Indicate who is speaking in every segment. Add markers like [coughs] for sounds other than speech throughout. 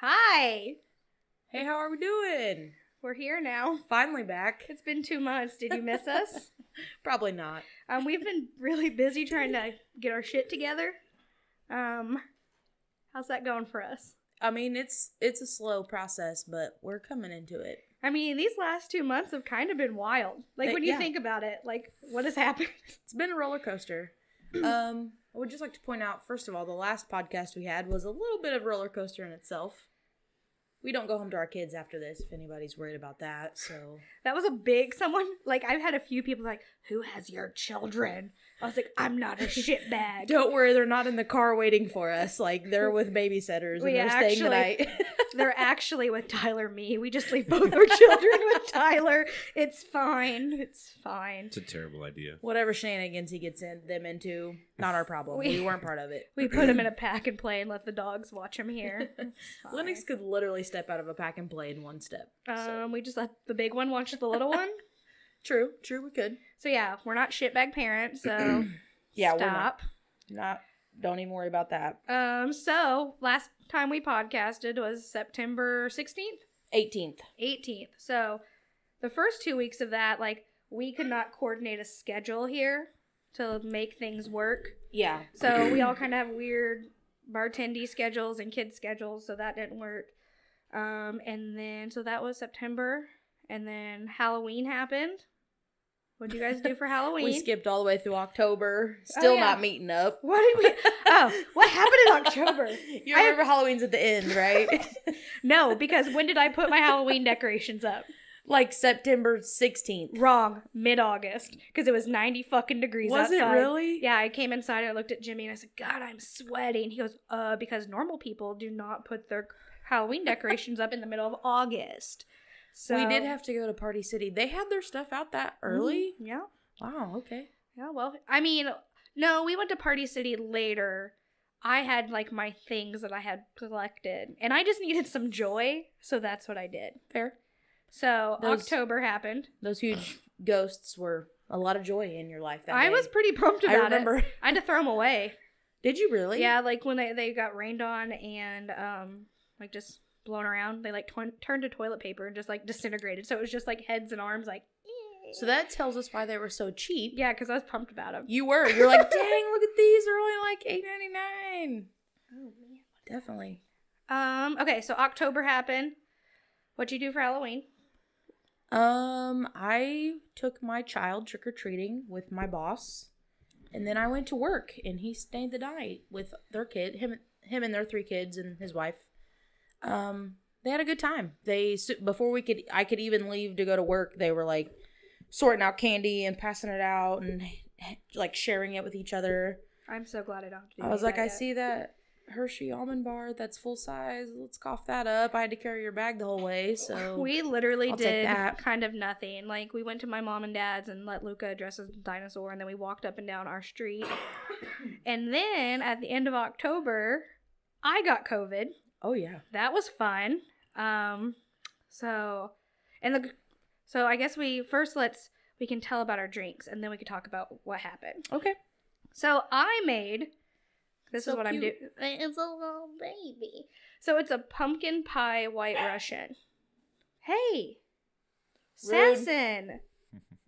Speaker 1: Hi,
Speaker 2: Hey, how are we doing?
Speaker 1: we're here now.
Speaker 2: Finally back.
Speaker 1: It's been two months. Did you miss
Speaker 2: [laughs]
Speaker 1: us?
Speaker 2: Probably not.
Speaker 1: Um, we've been really busy trying to get our shit together. Um, how's that going for us?
Speaker 2: I mean, it's it's a slow process, but we're coming into it.
Speaker 1: I mean, these last two months have kind of been wild. Like
Speaker 2: They-
Speaker 1: when you
Speaker 2: yeah.
Speaker 1: think about it, like what has happened? [laughs]
Speaker 2: It's been a
Speaker 1: [clears throat]
Speaker 2: roller coaster. um, I would just like to point out, first of all, the last podcast we had was a little bit of a roller coaster in itself. We don't go home to our kids after this, if anybody's worried about that.
Speaker 1: [laughs]
Speaker 2: So
Speaker 1: That was a big someone. Like I've had a few people like, "Who has your children?" I was like, "I'm not a shit
Speaker 2: [laughs]
Speaker 1: bag."
Speaker 2: don't worry, they're not in the car waiting for us. Like
Speaker 1: [laughs]
Speaker 2: they're with babysitters and
Speaker 1: We
Speaker 2: they're staying the
Speaker 1: actually-
Speaker 2: night. [laughs]
Speaker 1: They're actually with Tyler. Me. We just leave both our children with Tyler. It's fine. It's fine.
Speaker 3: It's a terrible idea.
Speaker 2: Whatever shenanigans he gets in, them into, not our problem.
Speaker 1: We-
Speaker 2: we weren't part of it.
Speaker 1: We put him in a pack and play and let the dogs watch him
Speaker 2: [laughs]
Speaker 1: here. It's
Speaker 2: Lennox
Speaker 1: fine.
Speaker 2: could literally step out of a pack and play in one step. so-
Speaker 1: Um, we just let the big one watch the little one.
Speaker 2: True, true, we could.
Speaker 1: So yeah, we're not shitbag parents. So
Speaker 2: [clears throat] Yeah,
Speaker 1: stop.
Speaker 2: we're not. Not don't even worry about that.
Speaker 1: Um, so last time we podcasted was September 16th,
Speaker 2: 18th.
Speaker 1: 18th. So the first two weeks of that, like, we could not coordinate a schedule here to make things work.
Speaker 2: Yeah.
Speaker 1: So we all
Speaker 2: [clears throat]
Speaker 1: kind of have weird bartendy schedules and kid schedules, so that didn't work. Um, and then so that was September, and then Halloween happened. What would you guys do
Speaker 2: [laughs]
Speaker 1: for Halloween?
Speaker 2: We skipped all the way through October.
Speaker 1: Oh,
Speaker 2: Still
Speaker 1: yeah.
Speaker 2: not meeting up.
Speaker 1: [laughs] What did we? [laughs] Oh, what happened in October?
Speaker 2: [laughs] You
Speaker 1: I-
Speaker 2: remember Halloween's at the
Speaker 1: [laughs]
Speaker 2: end, right?
Speaker 1: No, because when did I put my Halloween decorations up?
Speaker 2: like September 16th.
Speaker 1: Wrong, mid August, because it was ninety fucking degrees outside.
Speaker 2: really? Yeah.
Speaker 1: Yeah, I came inside and I looked at Jimmy and I said, God, I'm sweating. He goes, uh, because normal people do not put their Halloween decorations up in the middle of August. So Mm-hmm.
Speaker 2: we did have to go to Party City. They had their stuff out that early.
Speaker 1: Yeah.
Speaker 2: Wow, okay.
Speaker 1: Yeah, well, I mean, no, we went to Party City later. I had like my things that I had collected, and I just needed some joy, so that's what I did.
Speaker 2: Fair.
Speaker 1: So
Speaker 2: Those-
Speaker 1: October happened.
Speaker 2: Those huge ghosts were a lot of joy in your life that
Speaker 1: I
Speaker 2: day.
Speaker 1: was pretty pumped
Speaker 2: I
Speaker 1: about
Speaker 2: remember. [laughs]
Speaker 1: it. I had to throw them away.
Speaker 2: Did you really?
Speaker 1: Yeah, like when they, they got rained on and um like just blown around, they like twen- turned to toilet paper and just like disintegrated. So it was just like heads and arms, like.
Speaker 2: So that tells us why they were so cheap.
Speaker 1: Yeah, because I was pumped about them.
Speaker 2: You were. You're like, dang, look at these. They're only like eight ninety nine.
Speaker 1: Oh man.
Speaker 2: Definitely.
Speaker 1: Um. Okay, so October happened. What'd you do for Halloween?
Speaker 2: Um, I took my child trick or treating with my boss, and then I went to work, and he stayed the night with their kid, him, him and their three kids and his wife. Um, they had a good time. They s- before we could, I could even leave to go to work. They were like sorting out candy and passing it out and like sharing it with each other.
Speaker 1: I'm so glad I don't have to do
Speaker 2: I
Speaker 1: any
Speaker 2: was
Speaker 1: of
Speaker 2: like,
Speaker 1: that
Speaker 2: I
Speaker 1: yet.
Speaker 2: see that Hershey almond bar that's full size. Let's cough that up. I had to carry your bag the whole
Speaker 1: [laughs]
Speaker 2: way, so
Speaker 1: We literally
Speaker 2: I'll take
Speaker 1: did
Speaker 2: that.
Speaker 1: kind of nothing. Like we went to my mom and dad's and let Luca dress as a dinosaur, and then we walked up and down our street. [coughs] and then at the end of October, I got COVID.
Speaker 2: oh yeah,
Speaker 1: That was fun. Um, so, and the so I guess we first let's we can tell about our drinks, and then we can talk about what happened.
Speaker 2: okay.
Speaker 1: So I made. This
Speaker 2: So
Speaker 1: is what
Speaker 2: cute.
Speaker 1: I'm doing. It's a little baby. So it's a pumpkin pie [laughs] White Russian. Hey,
Speaker 2: Rude.
Speaker 1: Sasson,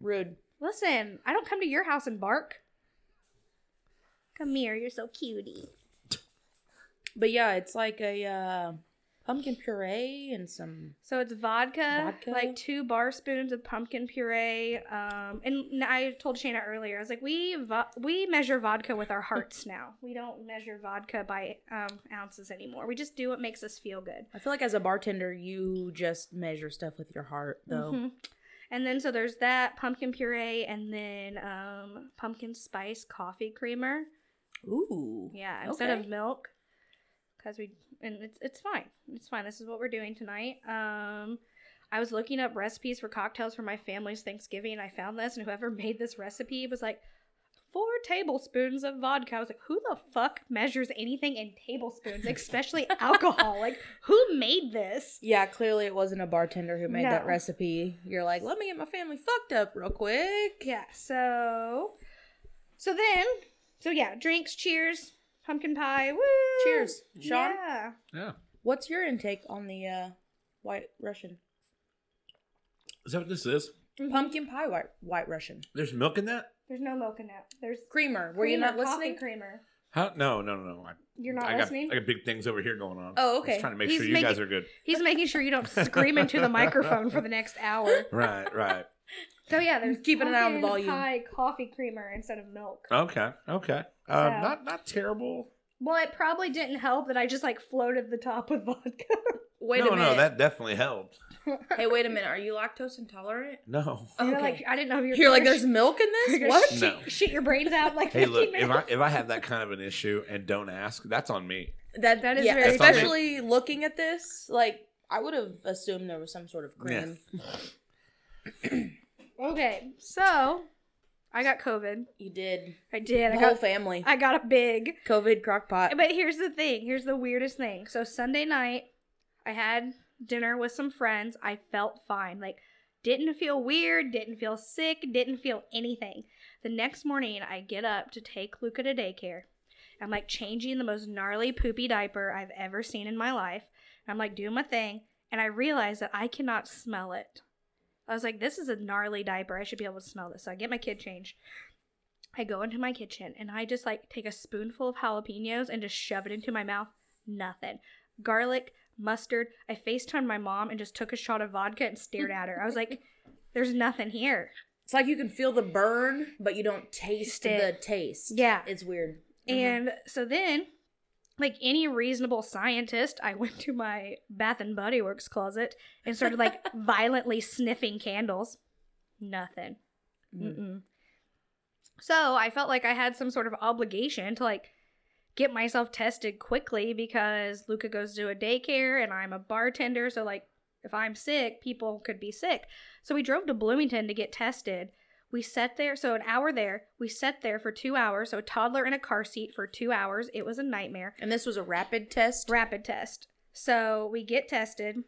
Speaker 2: Rude.
Speaker 1: listen. I don't come to your house and bark. Come here. You're so cutie.
Speaker 2: But yeah, it's like a uh, pumpkin puree and some.
Speaker 1: So it's vodka,
Speaker 2: Vodka.
Speaker 1: like two bar spoons of pumpkin puree. Um, and I told Shayna earlier, I was like, we vo- we measure vodka with our [laughs] hearts now. We don't measure vodka by um, ounces anymore. We just do what makes us feel good.
Speaker 2: I feel like as a bartender, you just measure stuff with your heart, though.
Speaker 1: Mhm. And then so there's that pumpkin puree, and then um, pumpkin spice coffee creamer.
Speaker 2: Ooh.
Speaker 1: Mm-hmm. Yeah, instead of
Speaker 2: Okay.
Speaker 1: milk, because we and it's it's fine. It's fine. This is what we're doing tonight. Um, I was looking [laughs] up recipes for cocktails for my family's Thanksgiving, and I found this. And whoever made this recipe was like, four tablespoons of vodka. I was like, who the fuck measures anything in tablespoons, especially alcohol? Like, who made this?
Speaker 2: Yeah, clearly it wasn't a bartender who made that
Speaker 1: No.
Speaker 2: recipe. You're like, let me get my family fucked up real quick.
Speaker 1: Yeah, so. So then, so yeah, drinks, cheers, pumpkin pie, woo!
Speaker 2: Cheers, Sean.
Speaker 1: Yeah.
Speaker 3: Yeah.
Speaker 2: What's your intake on the uh, White Russian
Speaker 3: Is that what this is?
Speaker 1: Mm-hmm.
Speaker 2: pumpkin pie? White White Russian
Speaker 3: There's milk in that?
Speaker 1: There's no milk in that. There's.
Speaker 2: creamer. Were you
Speaker 1: creamer,
Speaker 2: not listening?
Speaker 1: Coffee creamer.
Speaker 3: Huh? No, no, no, no. I,
Speaker 1: You're not
Speaker 3: I got
Speaker 1: listening?
Speaker 3: I got big things over here going on.
Speaker 2: Oh,
Speaker 3: I
Speaker 2: okay.
Speaker 3: was trying to make
Speaker 1: He's
Speaker 3: sure you guys
Speaker 1: making-
Speaker 3: are good.
Speaker 1: He's making sure you don't scream into
Speaker 3: [laughs]
Speaker 1: the microphone for the next hour.
Speaker 3: Right, right.
Speaker 1: So yeah, there's
Speaker 2: Keeping an eye on the
Speaker 1: pumpkin
Speaker 2: volume.
Speaker 1: Pie coffee creamer instead of milk.
Speaker 3: Okay, okay. Um,
Speaker 1: So-
Speaker 3: not not terrible.
Speaker 1: Well, it probably didn't help that I just like floated the top with vodka. [laughs]
Speaker 2: Wait
Speaker 3: no,
Speaker 2: a minute.
Speaker 3: no, that definitely helped.
Speaker 2: Hey, wait a minute. Are you lactose intolerant?
Speaker 3: No.
Speaker 1: You know, like I didn't know if you were
Speaker 2: You're like,
Speaker 1: gonna
Speaker 2: there's milk in
Speaker 1: sh-
Speaker 2: this?
Speaker 1: gonna
Speaker 2: What?
Speaker 1: Shit,
Speaker 3: No.
Speaker 1: shit your brains out in, like
Speaker 3: Hey,
Speaker 1: 15
Speaker 3: look, if I
Speaker 1: minutes.
Speaker 3: if I have that kind of an issue and don't ask, that's on me.
Speaker 2: That,
Speaker 1: That is
Speaker 2: yeah,
Speaker 1: very
Speaker 3: true.
Speaker 2: especially looking at this, like, I would have assumed there was some sort of cream.
Speaker 1: okay, so I got COVID.
Speaker 2: You did.
Speaker 1: I did.
Speaker 2: The
Speaker 1: I
Speaker 2: whole
Speaker 1: got
Speaker 2: family.
Speaker 1: I got a big.
Speaker 2: COVID crockpot.
Speaker 1: But here's the thing. Here's the weirdest thing. So Sunday night, I had dinner with some friends. I felt fine. Like didn't feel weird, didn't feel sick, didn't feel anything. The next morning, I get up to take Luca to daycare. I'm like changing the most gnarly poopy diaper I've ever seen in my life. I'm like doing my thing, and I realize that I cannot smell it. I was like, this is a gnarly diaper. I should be able to smell this. So I get my kid changed. I go into my kitchen and I just like take a spoonful of jalapenos and just shove it into my mouth. Nothing. Garlic, mustard. I FaceTimed my mom and just took a shot of vodka and stared at her. I was like, there's nothing here.
Speaker 2: It's like you can feel the burn, but you don't taste
Speaker 1: Taste it.
Speaker 2: the taste.
Speaker 1: Yeah.
Speaker 2: It's weird.
Speaker 1: And so then, like any reasonable scientist, I went to my Bath and Body Works closet and started like violently sniffing candles. Nothing.
Speaker 2: Mhm.
Speaker 1: Mm-mm. So I felt like I had some sort of obligation to like get myself tested quickly because Luca goes to a daycare and I'm a bartender. So like if I'm sick, people could be sick. So we drove to Bloomington to get tested. We sat there, so an hour there. We sat there for two hours. So a toddler in a car seat for two hours. It was a nightmare.
Speaker 2: And this was a rapid test.
Speaker 1: Rapid test. So we get tested.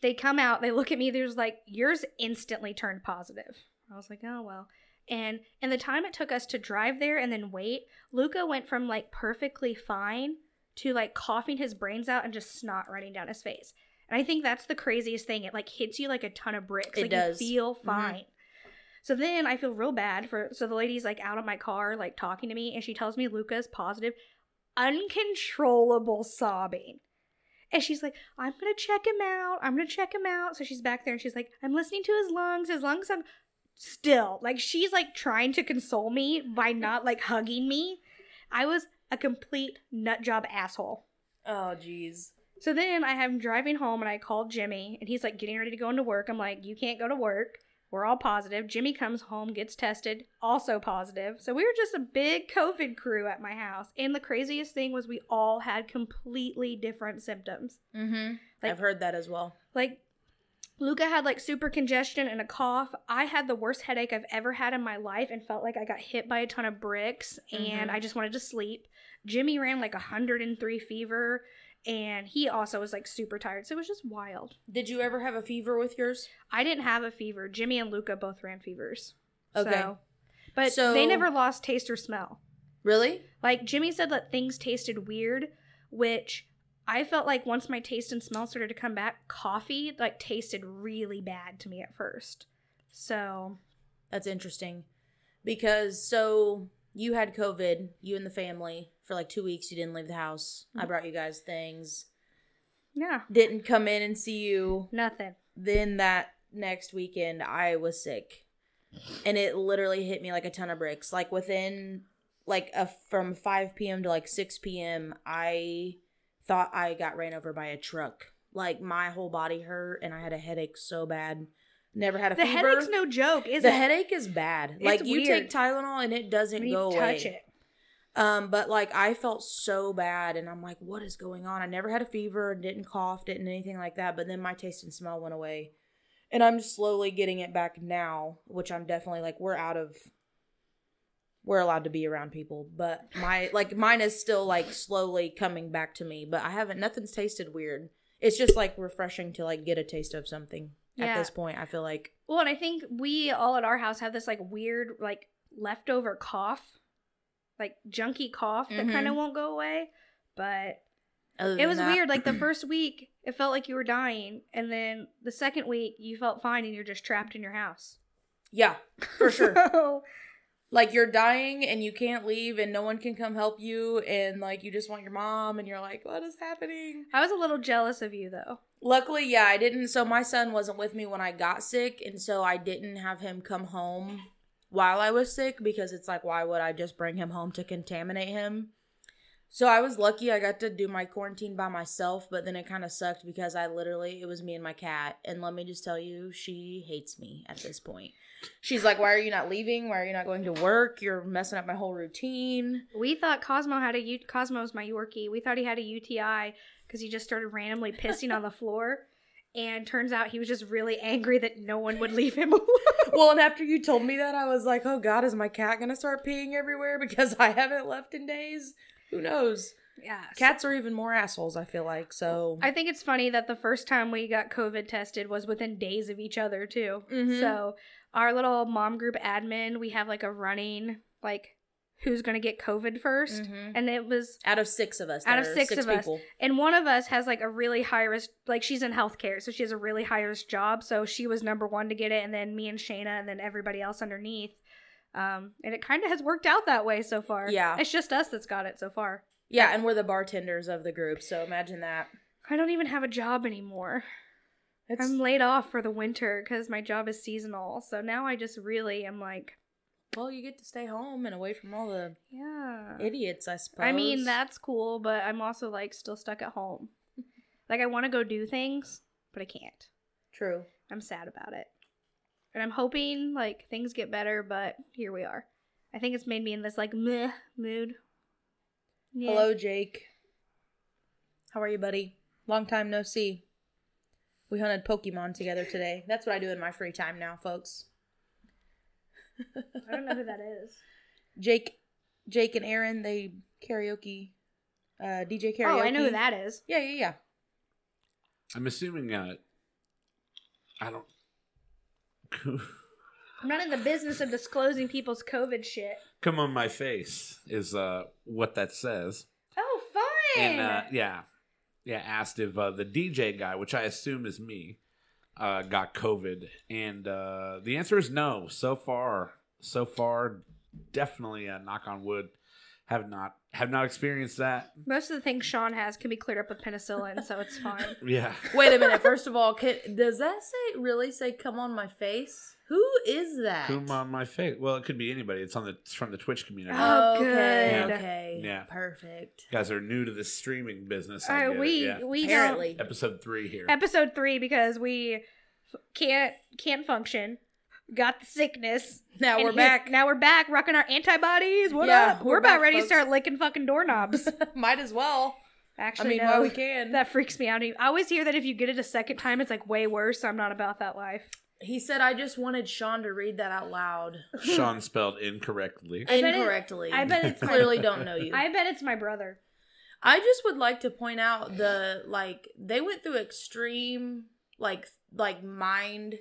Speaker 1: They come out, they look at me, there's like, yours instantly turned positive. I was like, oh well. And and the time it took us to drive there and then wait, Luca went from like perfectly fine to like coughing his brains out and just snot running down his face. And I think that's the craziest thing. It like hits you like a ton of bricks.
Speaker 2: It
Speaker 1: like
Speaker 2: does.
Speaker 1: you feel fine. So then I feel real bad for so the lady's like out of my car, like talking to me, and she tells me Luca's positive uncontrollable sobbing. And she's like, I'm gonna check him out. I'm gonna check him out. So she's back there and she's like, I'm listening to his lungs. His lungs I'm still like she's like trying to console me by not like hugging me. I was a complete nut job asshole.
Speaker 2: Oh, jeez.
Speaker 1: So then I am driving home and I called Jimmy and he's like getting ready to go into work. I'm like, you can't go to work. We're all positive. Jimmy comes home, gets tested, also positive. So we were just a big COVID crew at my house. And the craziest thing was we all had completely different symptoms.
Speaker 2: Mm-hmm.
Speaker 1: Like-
Speaker 2: I've heard that as well.
Speaker 1: Like Luca had like super congestion and a cough. I had the worst headache I've ever had in my life and felt like I got hit by a ton of bricks and
Speaker 2: Mhm.
Speaker 1: I just wanted to sleep. Jimmy ran like 103 fever and he also was like super tired. So it was just wild.
Speaker 2: Did you ever have a fever with yours?
Speaker 1: I didn't have a fever. Jimmy and Luca both ran fevers.
Speaker 2: Okay.
Speaker 1: So, but
Speaker 2: So-
Speaker 1: they never lost taste or smell.
Speaker 2: Really?
Speaker 1: Like Jimmy said that things tasted weird, which I felt like once my taste and smell started to come back, coffee like tasted really bad to me at first. So
Speaker 2: That's interesting. Because so you had COVID, you and the family, for like two weeks. You didn't leave the house. I
Speaker 1: Mhm.
Speaker 2: brought you guys things.
Speaker 1: yeah,
Speaker 2: Didn't come in and see you.
Speaker 1: nothing.
Speaker 2: Then that next weekend, I was sick. And it literally hit me like a ton of bricks. Like within, like a, from 5 p.m. to like 6 p.m., I thought I got ran over by a truck. Like my whole body hurt and I had a headache so bad. Never had a
Speaker 1: The
Speaker 2: fever.
Speaker 1: headache's no joke, is
Speaker 2: the
Speaker 1: it?
Speaker 2: headache is bad.
Speaker 1: It's
Speaker 2: like you
Speaker 1: weird.
Speaker 2: take Tylenol and it doesn't
Speaker 1: when you
Speaker 2: go away.
Speaker 1: touch it.
Speaker 2: Um, but like I felt so bad, and I'm like, what is going on? I never had a fever, and didn't cough, didn't anything like that. But then my taste and smell went away, and I'm slowly getting it back now, which I'm definitely like, we're out of. we're allowed to be around people, but my like mine is still like slowly coming back to me, but I haven't nothing's tasted weird. It's just like refreshing to like get a taste of something at
Speaker 1: Yeah.
Speaker 2: this point. I feel like
Speaker 1: Well, and I think we all at our house have this like weird, like leftover cough, like junky cough that
Speaker 2: Mhm.
Speaker 1: kind of won't go away. But
Speaker 2: other
Speaker 1: it
Speaker 2: than
Speaker 1: was
Speaker 2: that-
Speaker 1: weird.
Speaker 2: [clears throat]
Speaker 1: Like the first week, it felt like you were dying, and then the second week, you felt fine, and you're just trapped in your house.
Speaker 2: Yeah, for sure.
Speaker 1: [laughs] So,
Speaker 2: like you're dying and you can't leave and no one can come help you and like you just want your mom and you're like what is happening?
Speaker 1: I was a little jealous of you though.
Speaker 2: Luckily, yeah, I didn't. So my son wasn't with me when I got sick, and so I didn't have him come home while I was sick because it's like, why would I just bring him home to contaminate him? So I was lucky I got to do my quarantine by myself, but then it kind of sucked because I literally, it was me and my cat. And let me just tell you, she hates me at this point. She's like, why are you not leaving? Why are you not going to work? You're messing up my whole routine.
Speaker 1: We thought Cosmo had a U- Cosmo's my Yorkie. We thought he had a UTI because he just started randomly pissing
Speaker 2: [laughs]
Speaker 1: on the floor, and turns out he was just really angry that no one would leave him [laughs] alone.
Speaker 2: well, and after you told me that, I was like, oh God, is my cat going to start peeing everywhere [laughs] because I haven't left in days? Who knows?
Speaker 1: Yeah, so-
Speaker 2: Cats are even more assholes, I feel like. So,
Speaker 1: I think it's funny that the first time we got COVID tested was within days of each other too.
Speaker 2: Mhm.
Speaker 1: So our little mom group admin, we have like a running like who's gonna get COVID 1st
Speaker 2: Mhm.
Speaker 1: and it was
Speaker 2: out of six of us,
Speaker 1: Out
Speaker 2: there
Speaker 1: of
Speaker 2: are
Speaker 1: six of us.
Speaker 2: people.
Speaker 1: and one of us has like a really high risk like she's in healthcare so she has a really high risk job so she was number one to get it and then me and Shayna and then everybody else underneath um and it kind of has worked out that way so far
Speaker 2: Yeah.
Speaker 1: it's just us that's got it so far
Speaker 2: Yeah, and we're the bartenders of the group. So imagine that.
Speaker 1: I don't even have a job anymore
Speaker 2: It's,
Speaker 1: I'm laid off for the winter because my job is seasonal. So now I just really am like,
Speaker 2: well, you get to stay home and away from all the
Speaker 1: yeah.
Speaker 2: idiots, I suppose.
Speaker 1: I mean, that's cool, but I'm also like still stuck at home. Like, I want to go do things, but I can't.
Speaker 2: True.
Speaker 1: I'm sad about it. And I'm hoping like things get better, but here we are. I think it's made me in this like meh mood. Yeah.
Speaker 2: Hello, Jake. How are you, buddy? Long time no see. We hunted Pokemon together today. That's what I do in my free time now, folks.
Speaker 1: I don't know who that
Speaker 2: [laughs]
Speaker 1: is.
Speaker 2: Jake, Jake and Aaron, they karaoke, uh, DJ karaoke.
Speaker 1: Oh, I know who that is.
Speaker 2: Yeah, yeah, yeah.
Speaker 3: I'm assuming uh, I don't. [laughs]
Speaker 1: I'm not in the business of disclosing people's COVID shit.
Speaker 3: Come on, my face is uh, what that says.
Speaker 1: Oh, fun!
Speaker 3: And uh, yeah, yeah, asked if uh, the DJ guy, which I assume is me, uh, got COVID, and uh, the answer is no. So far, so far, definitely. Uh, knock on wood, have not have not experienced that.
Speaker 1: Most of the things Sean has can be cleared up with penicillin, so it's
Speaker 3: [laughs]
Speaker 1: fine.
Speaker 3: Yeah,
Speaker 2: Wait a [laughs] minute. First of all, can, does that say really say "come on my face"? Who is that?
Speaker 3: come on, uh, my face. Well, it could be anybody. It's on the it's from the Twitch community.
Speaker 1: Oh.
Speaker 2: okay,
Speaker 1: good.
Speaker 2: okay,
Speaker 3: Yeah.
Speaker 2: perfect.
Speaker 3: You guys are new to this streaming business. I
Speaker 1: All
Speaker 3: get
Speaker 1: right,
Speaker 3: it,
Speaker 1: we
Speaker 3: yeah.
Speaker 1: we don't
Speaker 2: Apparently,
Speaker 3: episode three here.
Speaker 1: episode three because we f- can't can't function. Got the sickness.
Speaker 2: now
Speaker 1: And
Speaker 2: we're
Speaker 1: here-
Speaker 2: back. [laughs]
Speaker 1: Now we're back, rocking our antibodies. What
Speaker 2: Yeah,
Speaker 1: up?
Speaker 2: we're
Speaker 1: We're, about
Speaker 2: back,
Speaker 1: ready
Speaker 2: folks.
Speaker 1: to start licking fucking
Speaker 2: [laughs]
Speaker 1: doorknobs.
Speaker 2: Might as well.
Speaker 1: Actually,
Speaker 2: I mean,
Speaker 1: no.
Speaker 2: while we can.
Speaker 1: That freaks me out. I always hear that if you get it a second time, it's like way worse. So I'm not about that life.
Speaker 2: He said, "I just wanted Sean to read that out loud
Speaker 3: Sean spelled incorrectly.
Speaker 1: bet it-
Speaker 2: incorrectly."
Speaker 1: I bet
Speaker 2: [laughs]
Speaker 1: it's my,
Speaker 2: clearly don't know you.
Speaker 1: I bet it's my brother.
Speaker 2: I just would like to point out the like they went through extreme like like mind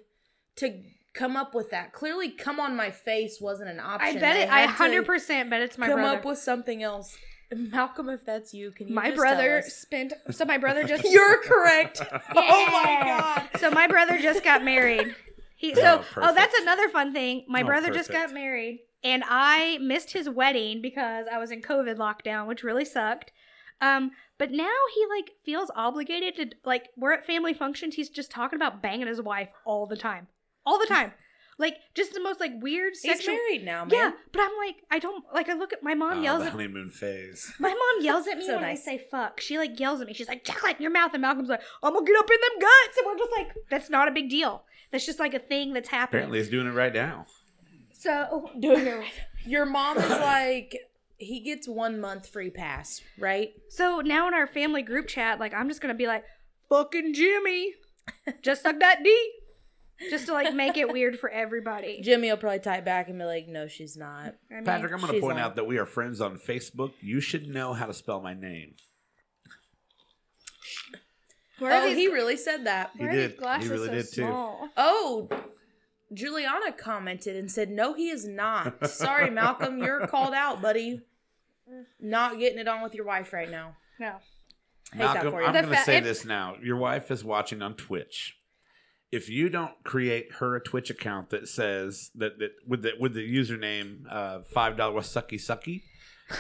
Speaker 2: to come up with that. Clearly, come on my face wasn't an option.
Speaker 1: I bet
Speaker 2: They
Speaker 1: it. I
Speaker 2: had to
Speaker 1: hundred percent bet it's my
Speaker 2: come
Speaker 1: brother.
Speaker 2: up with something else. Malcolm, if that's you, can you
Speaker 1: my
Speaker 2: just tell
Speaker 1: brother [laughs]
Speaker 2: us?
Speaker 1: spent. So my
Speaker 2: [laughs]
Speaker 1: brother just.
Speaker 2: You're correct. Oh my
Speaker 1: Yeah.
Speaker 2: god.
Speaker 1: So my brother just got married. He
Speaker 3: Oh,
Speaker 1: so oh,
Speaker 3: perfect.
Speaker 1: that's another fun thing. My
Speaker 3: Oh,
Speaker 1: brother just
Speaker 3: perfect.
Speaker 1: got married and I missed his wedding because I was in COVID lockdown, which really sucked. Um but now he like feels obligated to like we're at family functions, he's just talking about banging his wife all the time. All the time. Like just the most like weird
Speaker 2: He's
Speaker 1: sexual
Speaker 2: married now, man.
Speaker 1: Yeah, but I'm like I don't like I look at my mom
Speaker 3: Oh,
Speaker 1: yells
Speaker 3: the
Speaker 1: at [laughs]
Speaker 3: honeymoon phase.
Speaker 1: my mom yells at me
Speaker 2: So
Speaker 1: when
Speaker 2: nice.
Speaker 1: I say fuck. She like yells at me. She's like, chocolate in your mouth. And Malcolm's like, I'm gonna get up in them guts. And we're just like, that's not a big deal. That's just like a thing that's happening.
Speaker 3: Apparently, he's doing it right now.
Speaker 1: So
Speaker 2: Doing it. Your mom is like he gets one month free pass, right?
Speaker 1: [laughs] so now in our family group chat, like I'm just gonna be like, fucking Jimmy. Just suck that D. just to like make it weird for everybody.
Speaker 2: [laughs] Jimmy will probably type back and be like, "No, she's not."
Speaker 1: I mean,
Speaker 3: Patrick, I'm going to
Speaker 2: she's
Speaker 3: point
Speaker 2: on-
Speaker 3: out that we are friends on Facebook. You should know how to spell my name.
Speaker 1: where are
Speaker 2: oh,
Speaker 1: these,
Speaker 2: he really said that.
Speaker 1: where
Speaker 3: He
Speaker 1: are
Speaker 3: did.
Speaker 1: these
Speaker 3: He
Speaker 1: glasses
Speaker 3: really
Speaker 1: so
Speaker 3: did, too.
Speaker 1: small?
Speaker 2: Oh, Juliana commented and said, "No, he is not. Sorry,
Speaker 1: [laughs]
Speaker 2: Malcolm, you're called out, buddy. Not getting it on with your wife right now."
Speaker 1: No,
Speaker 2: Hate that
Speaker 3: Malcolm,
Speaker 2: for you.
Speaker 3: I'm
Speaker 1: The
Speaker 3: going to
Speaker 1: fa-
Speaker 3: say
Speaker 1: if-
Speaker 3: this now. Your wife is watching on Twitch. If you don't create her a Twitch account that says that, that with the with the username uh, five dollar sucky sucky,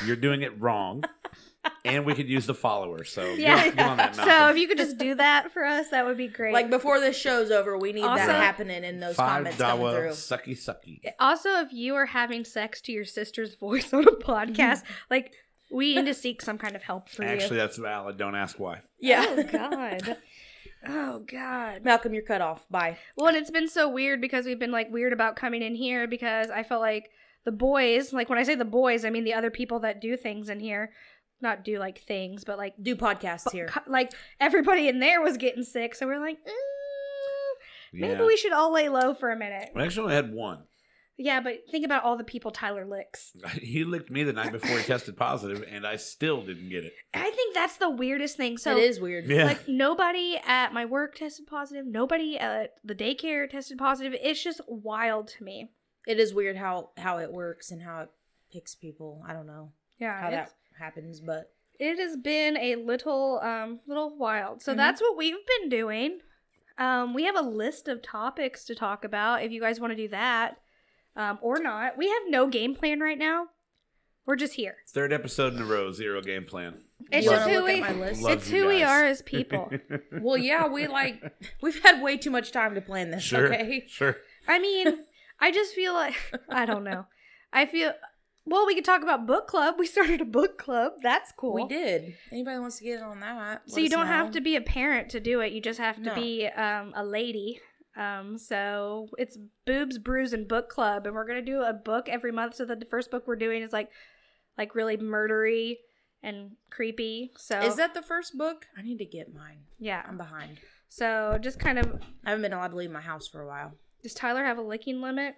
Speaker 3: you're doing it wrong.
Speaker 1: [laughs]
Speaker 3: and we could use the follower. So yeah,
Speaker 1: Yeah.
Speaker 3: get, on that.
Speaker 1: so if
Speaker 3: Malcolm.
Speaker 1: you could just do that for us, that would be great.
Speaker 2: Like before this show's over, we need
Speaker 1: Also-
Speaker 2: that happening in those
Speaker 3: five
Speaker 2: comments coming
Speaker 3: dollar
Speaker 2: through.
Speaker 3: sucky sucky.
Speaker 1: also, if you are having sex to your sister's voice [laughs] on a podcast, like we need to seek some kind of help for
Speaker 3: Actually, [laughs]
Speaker 1: you.
Speaker 3: that's valid. Don't ask why.
Speaker 1: Oh
Speaker 2: Yeah,
Speaker 1: God. Oh God.
Speaker 2: [laughs] Malcolm, you're cut off. Bye.
Speaker 1: Well, and it's been so weird because we've been like weird about coming in here because I felt like the boys, like when I say the boys, I mean the other people that do things in here, not do like things, but like
Speaker 2: Do podcasts here.
Speaker 1: co- like everybody in there was getting sick, so we're like, mm, maybe we should all lay low for a minute.
Speaker 3: We actually only had one.
Speaker 1: Yeah, but think about all the people Tyler licks.
Speaker 3: [laughs] He licked me the night before he tested positive, and I still didn't get it.
Speaker 1: I think that's the weirdest thing. So
Speaker 2: it is weird.
Speaker 3: Yeah.
Speaker 1: like nobody at my work tested positive, nobody at the daycare tested positive. It's just wild to me.
Speaker 2: It is weird how how it works and how it picks people. I don't know
Speaker 1: Yeah,
Speaker 2: how
Speaker 1: it's-
Speaker 2: that happens, but
Speaker 1: it has been a little um little wild so
Speaker 3: Mm-hmm.
Speaker 2: Mhm.
Speaker 1: that's what we've been doing um we have a list of topics to talk about if you guys want to do that um or not we have no game plan right now we're just here
Speaker 3: Third episode in a row, zero game plan.
Speaker 1: it's
Speaker 2: you
Speaker 1: just
Speaker 2: wanna
Speaker 1: who
Speaker 2: look at
Speaker 1: we
Speaker 2: my list?
Speaker 3: Love
Speaker 1: it's
Speaker 3: you
Speaker 1: who we
Speaker 3: guys.
Speaker 1: are as
Speaker 3: [laughs]
Speaker 1: people
Speaker 2: Well, yeah, we like we've had way too much time to plan this.
Speaker 3: sure,
Speaker 2: Okay,
Speaker 3: sure.
Speaker 1: i mean i just feel like i don't know i feel well we could talk about book club we started a book club that's cool
Speaker 2: we did. Anybody wants to get in on that?
Speaker 1: so
Speaker 2: let
Speaker 1: you
Speaker 2: us
Speaker 1: don't have
Speaker 2: know.
Speaker 1: to be a parent to do it you just have to
Speaker 2: No.
Speaker 1: be um, a lady um, so it's boobs brews and book club and we're gonna do a book every month so the first book we're doing is like like really murdery and creepy so
Speaker 2: Is that the first book? I need to get mine.
Speaker 1: yeah
Speaker 2: I'm behind.
Speaker 1: so just kind of
Speaker 2: I haven't been allowed to leave my house for a while.
Speaker 1: does tyler have a licking limit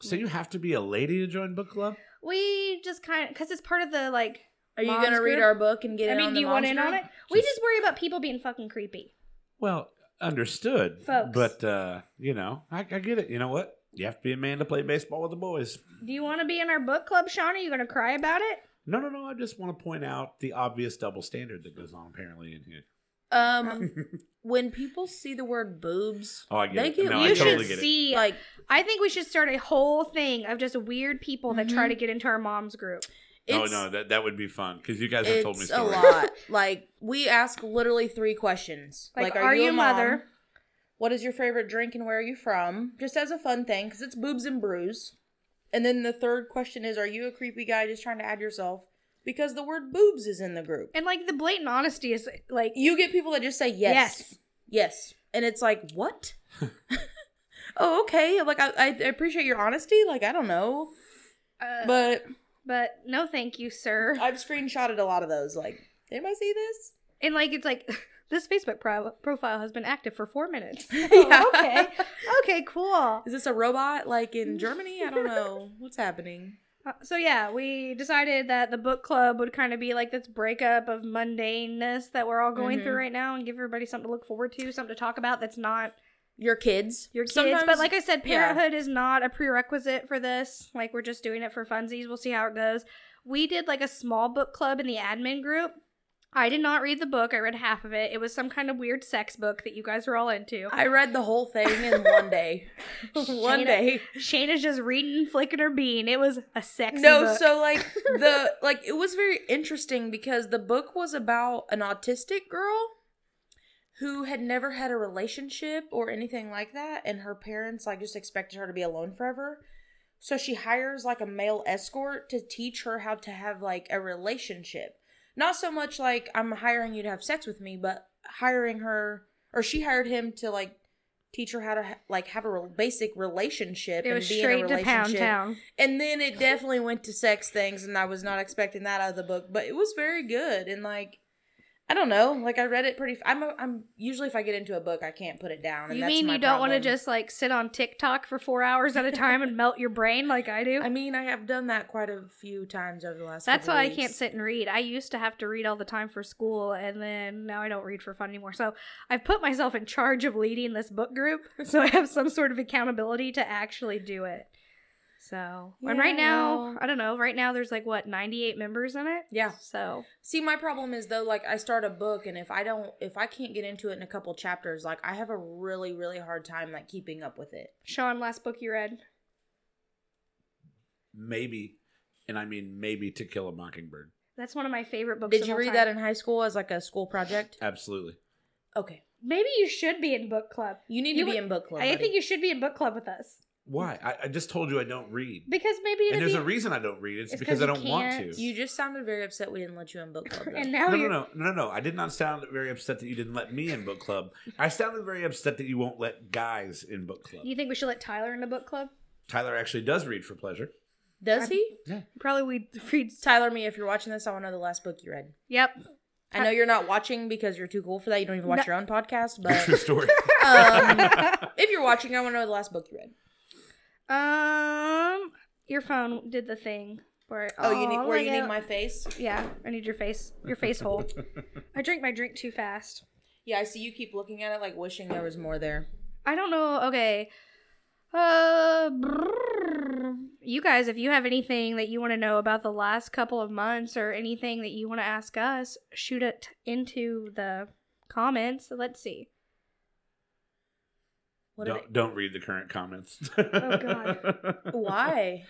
Speaker 3: So you have to be a lady to join book club?
Speaker 1: we just kind of because it's part of the like
Speaker 2: Are you
Speaker 1: Mom's
Speaker 2: gonna read
Speaker 1: group?
Speaker 2: our book and get?
Speaker 1: i
Speaker 2: in
Speaker 1: mean do
Speaker 2: on the
Speaker 1: you want
Speaker 2: mom's
Speaker 1: in on
Speaker 2: group?
Speaker 1: it we
Speaker 3: Just-
Speaker 1: just worry about people being fucking creepy
Speaker 3: Well, understood.
Speaker 1: Folks.
Speaker 3: But uh, you know, I, I get it. You know what? You have to be a man to play baseball with the boys.
Speaker 1: do you want to be in our book club sean are you gonna cry about it
Speaker 3: No, no, no. I just want to point out the obvious double standard that goes on apparently in here.
Speaker 2: Um,
Speaker 3: [laughs]
Speaker 2: when people see the word boobs,
Speaker 3: Oh, I get
Speaker 2: They
Speaker 3: it.
Speaker 2: get-
Speaker 3: no,
Speaker 1: you
Speaker 3: I
Speaker 1: should
Speaker 3: totally get it.
Speaker 1: see
Speaker 2: like
Speaker 1: I think we should start a whole thing of just weird people that try
Speaker 2: Mhm.
Speaker 1: to get into our mom's group.
Speaker 3: No,
Speaker 2: it's
Speaker 3: Oh, no, that that would be fun because you guys have told me
Speaker 2: it's a
Speaker 3: [laughs] stories.
Speaker 2: lot. like we ask literally three questions.
Speaker 1: Like, are, you a mother?
Speaker 2: mom? What is your favorite drink and where are you from? Just as a fun thing, because it's boobs and brews. And then the third question is, are you a creepy guy just trying to add yourself? Because the word boobs is in the group.
Speaker 1: And like the blatant honesty is like,
Speaker 2: You get people that just say yes. Yes. And it's like, what? [laughs] oh, okay. Like, I, I appreciate your honesty. Like, I don't know.
Speaker 1: uh, but,
Speaker 2: But
Speaker 1: no, thank you, sir.
Speaker 2: I've screenshotted a lot of those. Like, did anybody see this?
Speaker 1: And like it's like [laughs] this Facebook pro- profile has been active for four minutes.
Speaker 2: Yeah.
Speaker 1: Okay, [laughs] okay, cool.
Speaker 2: Is this a robot like
Speaker 1: Mm.
Speaker 2: in Germany? I don't know.
Speaker 1: [laughs]
Speaker 2: What's happening?
Speaker 1: Uh, So yeah, we decided that the book club would kind of be like this breakup of mundaneness that we're all going
Speaker 2: Mhm.
Speaker 1: through right now, and give everybody something to look forward to, something to talk about that's not
Speaker 2: Your kids.
Speaker 1: your kids.
Speaker 2: Sometimes-
Speaker 1: but like I said,
Speaker 2: yeah.
Speaker 1: parenthood is not a prerequisite for this. Like we're just doing it for funsies. We'll see how it goes. We did like a small book club in the admin group. I did not read the book. I read half of it. It was some kind of weird sex book that you guys were all into.
Speaker 2: I read the whole thing in one day.
Speaker 1: [laughs]
Speaker 2: one
Speaker 1: Shayna-
Speaker 2: day.
Speaker 1: Shayna's just reading, flicking her bean. It was a sex
Speaker 2: No,
Speaker 1: book.
Speaker 2: so like
Speaker 1: [laughs]
Speaker 2: the like it was very interesting because the book was about an autistic girl who had never had a relationship or anything like that and her parents like just expected her to be alone forever. So she hires like a male escort to teach her how to have like a relationship. Not so much like I'm hiring you to have sex with me, but hiring her or she hired him to like teach her how to ha- like have a re- basic relationship
Speaker 1: it was
Speaker 2: and be in
Speaker 1: straight
Speaker 2: a
Speaker 1: to
Speaker 2: relationship.
Speaker 1: Pound Town.
Speaker 2: And then it definitely went to sex things, and I was not expecting that out of the book, but it was very good. And like, I don't know. Like I read it pretty. F- I'm. A, I'm usually if I get into a book, I can't put it down. And
Speaker 1: You
Speaker 2: that's
Speaker 1: mean
Speaker 2: my
Speaker 1: you don't want to
Speaker 2: problem.
Speaker 1: just like sit on TikTok for four hours at a time and melt your brain like I do?
Speaker 2: I mean, I have done that quite a few times over the last.
Speaker 1: That's
Speaker 2: couple
Speaker 1: why I
Speaker 2: weeks.
Speaker 1: can't sit and read. I used to have to read all the time for school, and then now I don't read for fun anymore. So I've put myself in charge of leading this book group, [laughs] so I have some sort of accountability to actually do it. So, and right now,
Speaker 2: Yeah.
Speaker 1: I don't know. Right now, there's like what 98 members in it.
Speaker 2: Yeah.
Speaker 1: So
Speaker 2: See, my problem is though, like I start a book, and if I don't, if I can't get into it in a couple chapters, like I have a really, really hard time like keeping up with it.
Speaker 1: Sean, last book you read?
Speaker 3: Maybe, and I mean maybe To Kill a Mockingbird.
Speaker 1: That's one of my favorite books.
Speaker 2: Did
Speaker 1: of
Speaker 2: you
Speaker 1: all
Speaker 2: read
Speaker 1: time.
Speaker 2: that in high school as like a school project?
Speaker 3: Absolutely.
Speaker 2: Okay,
Speaker 1: Maybe you should be in book club.
Speaker 2: you need
Speaker 1: You
Speaker 2: to be
Speaker 1: would-
Speaker 2: in book club.
Speaker 1: I
Speaker 2: buddy.
Speaker 1: think you should be in book club with us
Speaker 2: Hmm.
Speaker 3: Why? I, I just told you I don't read,
Speaker 1: because maybe it'd
Speaker 3: and there's
Speaker 1: be.
Speaker 3: a reason I don't read. It's,
Speaker 1: It's
Speaker 3: because
Speaker 1: 'cause
Speaker 3: I
Speaker 1: you
Speaker 3: don't want
Speaker 1: can't-
Speaker 3: to.
Speaker 2: e-, you just sounded very upset we didn't let you in book club. though.
Speaker 1: [laughs] and now
Speaker 3: no,
Speaker 1: you're.
Speaker 3: no, no, no, no. I did not sound very upset that you didn't let me in book club.
Speaker 2: [laughs]
Speaker 3: I sounded very upset that you won't let guys in book club.
Speaker 1: You think we should let Tyler in the book club?
Speaker 3: Tyler actually does read
Speaker 2: [laughs]
Speaker 3: for pleasure.
Speaker 2: Does he?
Speaker 1: Probably we [laughs] read.
Speaker 2: Tyler, me, if you're watching this, I want to know the last book you read.
Speaker 1: Yep.
Speaker 2: I know you're not watching because you're too cool for that. You don't even watch
Speaker 1: No.
Speaker 2: your own podcast,
Speaker 3: True [laughs]
Speaker 2: but
Speaker 3: story.
Speaker 2: um,
Speaker 1: [laughs]
Speaker 2: if you're watching, I want to know the last book you read.
Speaker 1: Um, your phone did the thing where.
Speaker 2: Oh, you need
Speaker 1: Aw,
Speaker 2: where
Speaker 1: look
Speaker 2: you
Speaker 1: at-
Speaker 2: need my face.
Speaker 1: Yeah, I need your face. Your face
Speaker 2: [laughs]
Speaker 1: hole. I drink my drink too fast.
Speaker 2: Yeah, I see you keep looking at it like wishing there was more there.
Speaker 1: I don't know. Okay. Uh, brrr. you guys, if you have anything that you want to know about the last couple of months or anything that you want to ask us, shoot it into the comments. Let's see.
Speaker 2: [laughs] What did
Speaker 3: don't, don't read the
Speaker 2: [laughs]
Speaker 3: current comments. [laughs] oh
Speaker 1: God.
Speaker 2: it, why?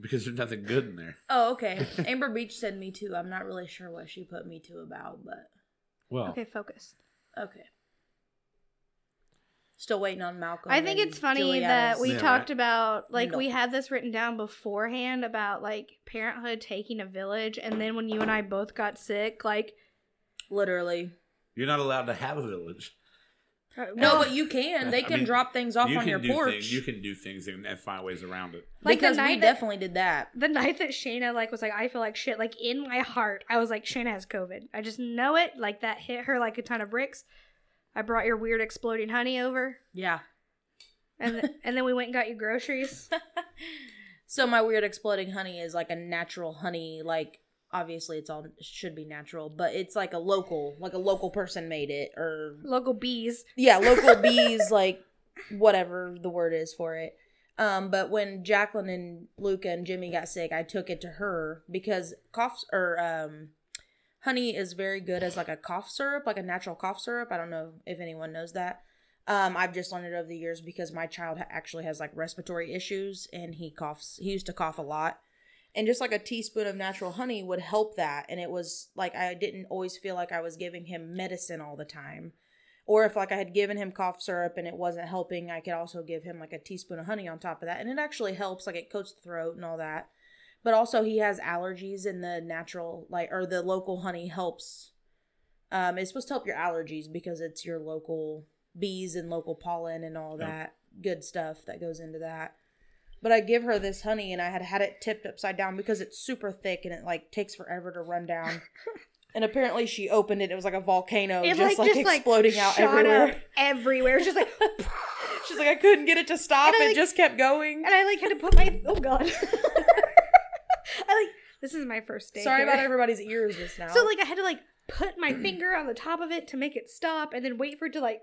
Speaker 3: because there's nothing good in there.
Speaker 2: Oh, okay. Amber Beach said me too. I'm not really sure what she put me to about, but
Speaker 3: Well,
Speaker 1: Okay, focus.
Speaker 2: okay. Still waiting on Malcolm.
Speaker 1: I think
Speaker 2: and
Speaker 1: it's funny
Speaker 2: Juliana's-
Speaker 1: that we
Speaker 3: Yeah,
Speaker 1: talked
Speaker 3: right.
Speaker 1: about like we
Speaker 2: No.
Speaker 1: had this written down beforehand about like parenthood taking a village and then when you and I both got sick like
Speaker 2: literally
Speaker 3: you're not allowed to have a village.
Speaker 2: Uh,
Speaker 1: [gasps]
Speaker 2: no, but you can. They
Speaker 3: I
Speaker 2: can
Speaker 3: mean,
Speaker 2: drop things off
Speaker 3: you
Speaker 2: on
Speaker 3: can
Speaker 2: your
Speaker 3: do
Speaker 2: porch.
Speaker 3: Things, you can do things and, and find ways around it.
Speaker 1: Like the
Speaker 2: because we
Speaker 1: night that-
Speaker 2: definitely did that.
Speaker 1: the night that Shayna like was like I feel like shit like in my heart I was like Shayna has covid. I just know it like that hit her like a ton of bricks. I brought your weird exploding honey over
Speaker 2: Yeah.
Speaker 1: and th- and then we went and got you groceries.
Speaker 2: [laughs] So my weird exploding honey is like a natural honey. Like obviously, it's all should be natural, but it's like a local, like a local person made it, or
Speaker 1: Local bees.
Speaker 2: yeah, local bees, like whatever the word is for it. Um, but when Jacqueline and Luca and Jimmy got sick, I took it to her because coughs or um, honey is very good as like a cough syrup, like a natural cough syrup. I don't know if anyone knows that. Um, I've just learned it over the years because my child ha- actually has like respiratory issues and he coughs. He used to cough a lot. And just like a teaspoon of natural honey would help that. And it was like I didn't always feel like I was giving him medicine all the time or if like I had given him cough syrup and it wasn't helping, I could also give him like a teaspoon of honey on top of that, and it actually helps. Like it coats the throat and all that. But also, he has allergies, and the natural like or the local honey helps. Um, it's supposed to help your allergies because it's your local bees and local pollen and all
Speaker 3: Yeah.
Speaker 2: that good stuff that goes into that. But I give her this honey, and I had had it tipped upside down because it's super thick and it like takes forever to run down.
Speaker 1: [laughs]
Speaker 2: And apparently she opened it. It was like a volcano,
Speaker 1: It
Speaker 2: Oh, just like, exploding out
Speaker 1: shot
Speaker 2: everywhere. [laughs]
Speaker 1: up everywhere. It was just like
Speaker 2: She's like, I couldn't get it to stop.
Speaker 1: And I,
Speaker 2: it
Speaker 1: like-
Speaker 2: just kept going.
Speaker 1: and I like had to put my oh god. [laughs] I like this is my first day.
Speaker 2: Sorry
Speaker 1: here.
Speaker 2: about everybody's ears just now.
Speaker 1: So like I had to like put my finger on the top of it to make it stop and then wait for it to like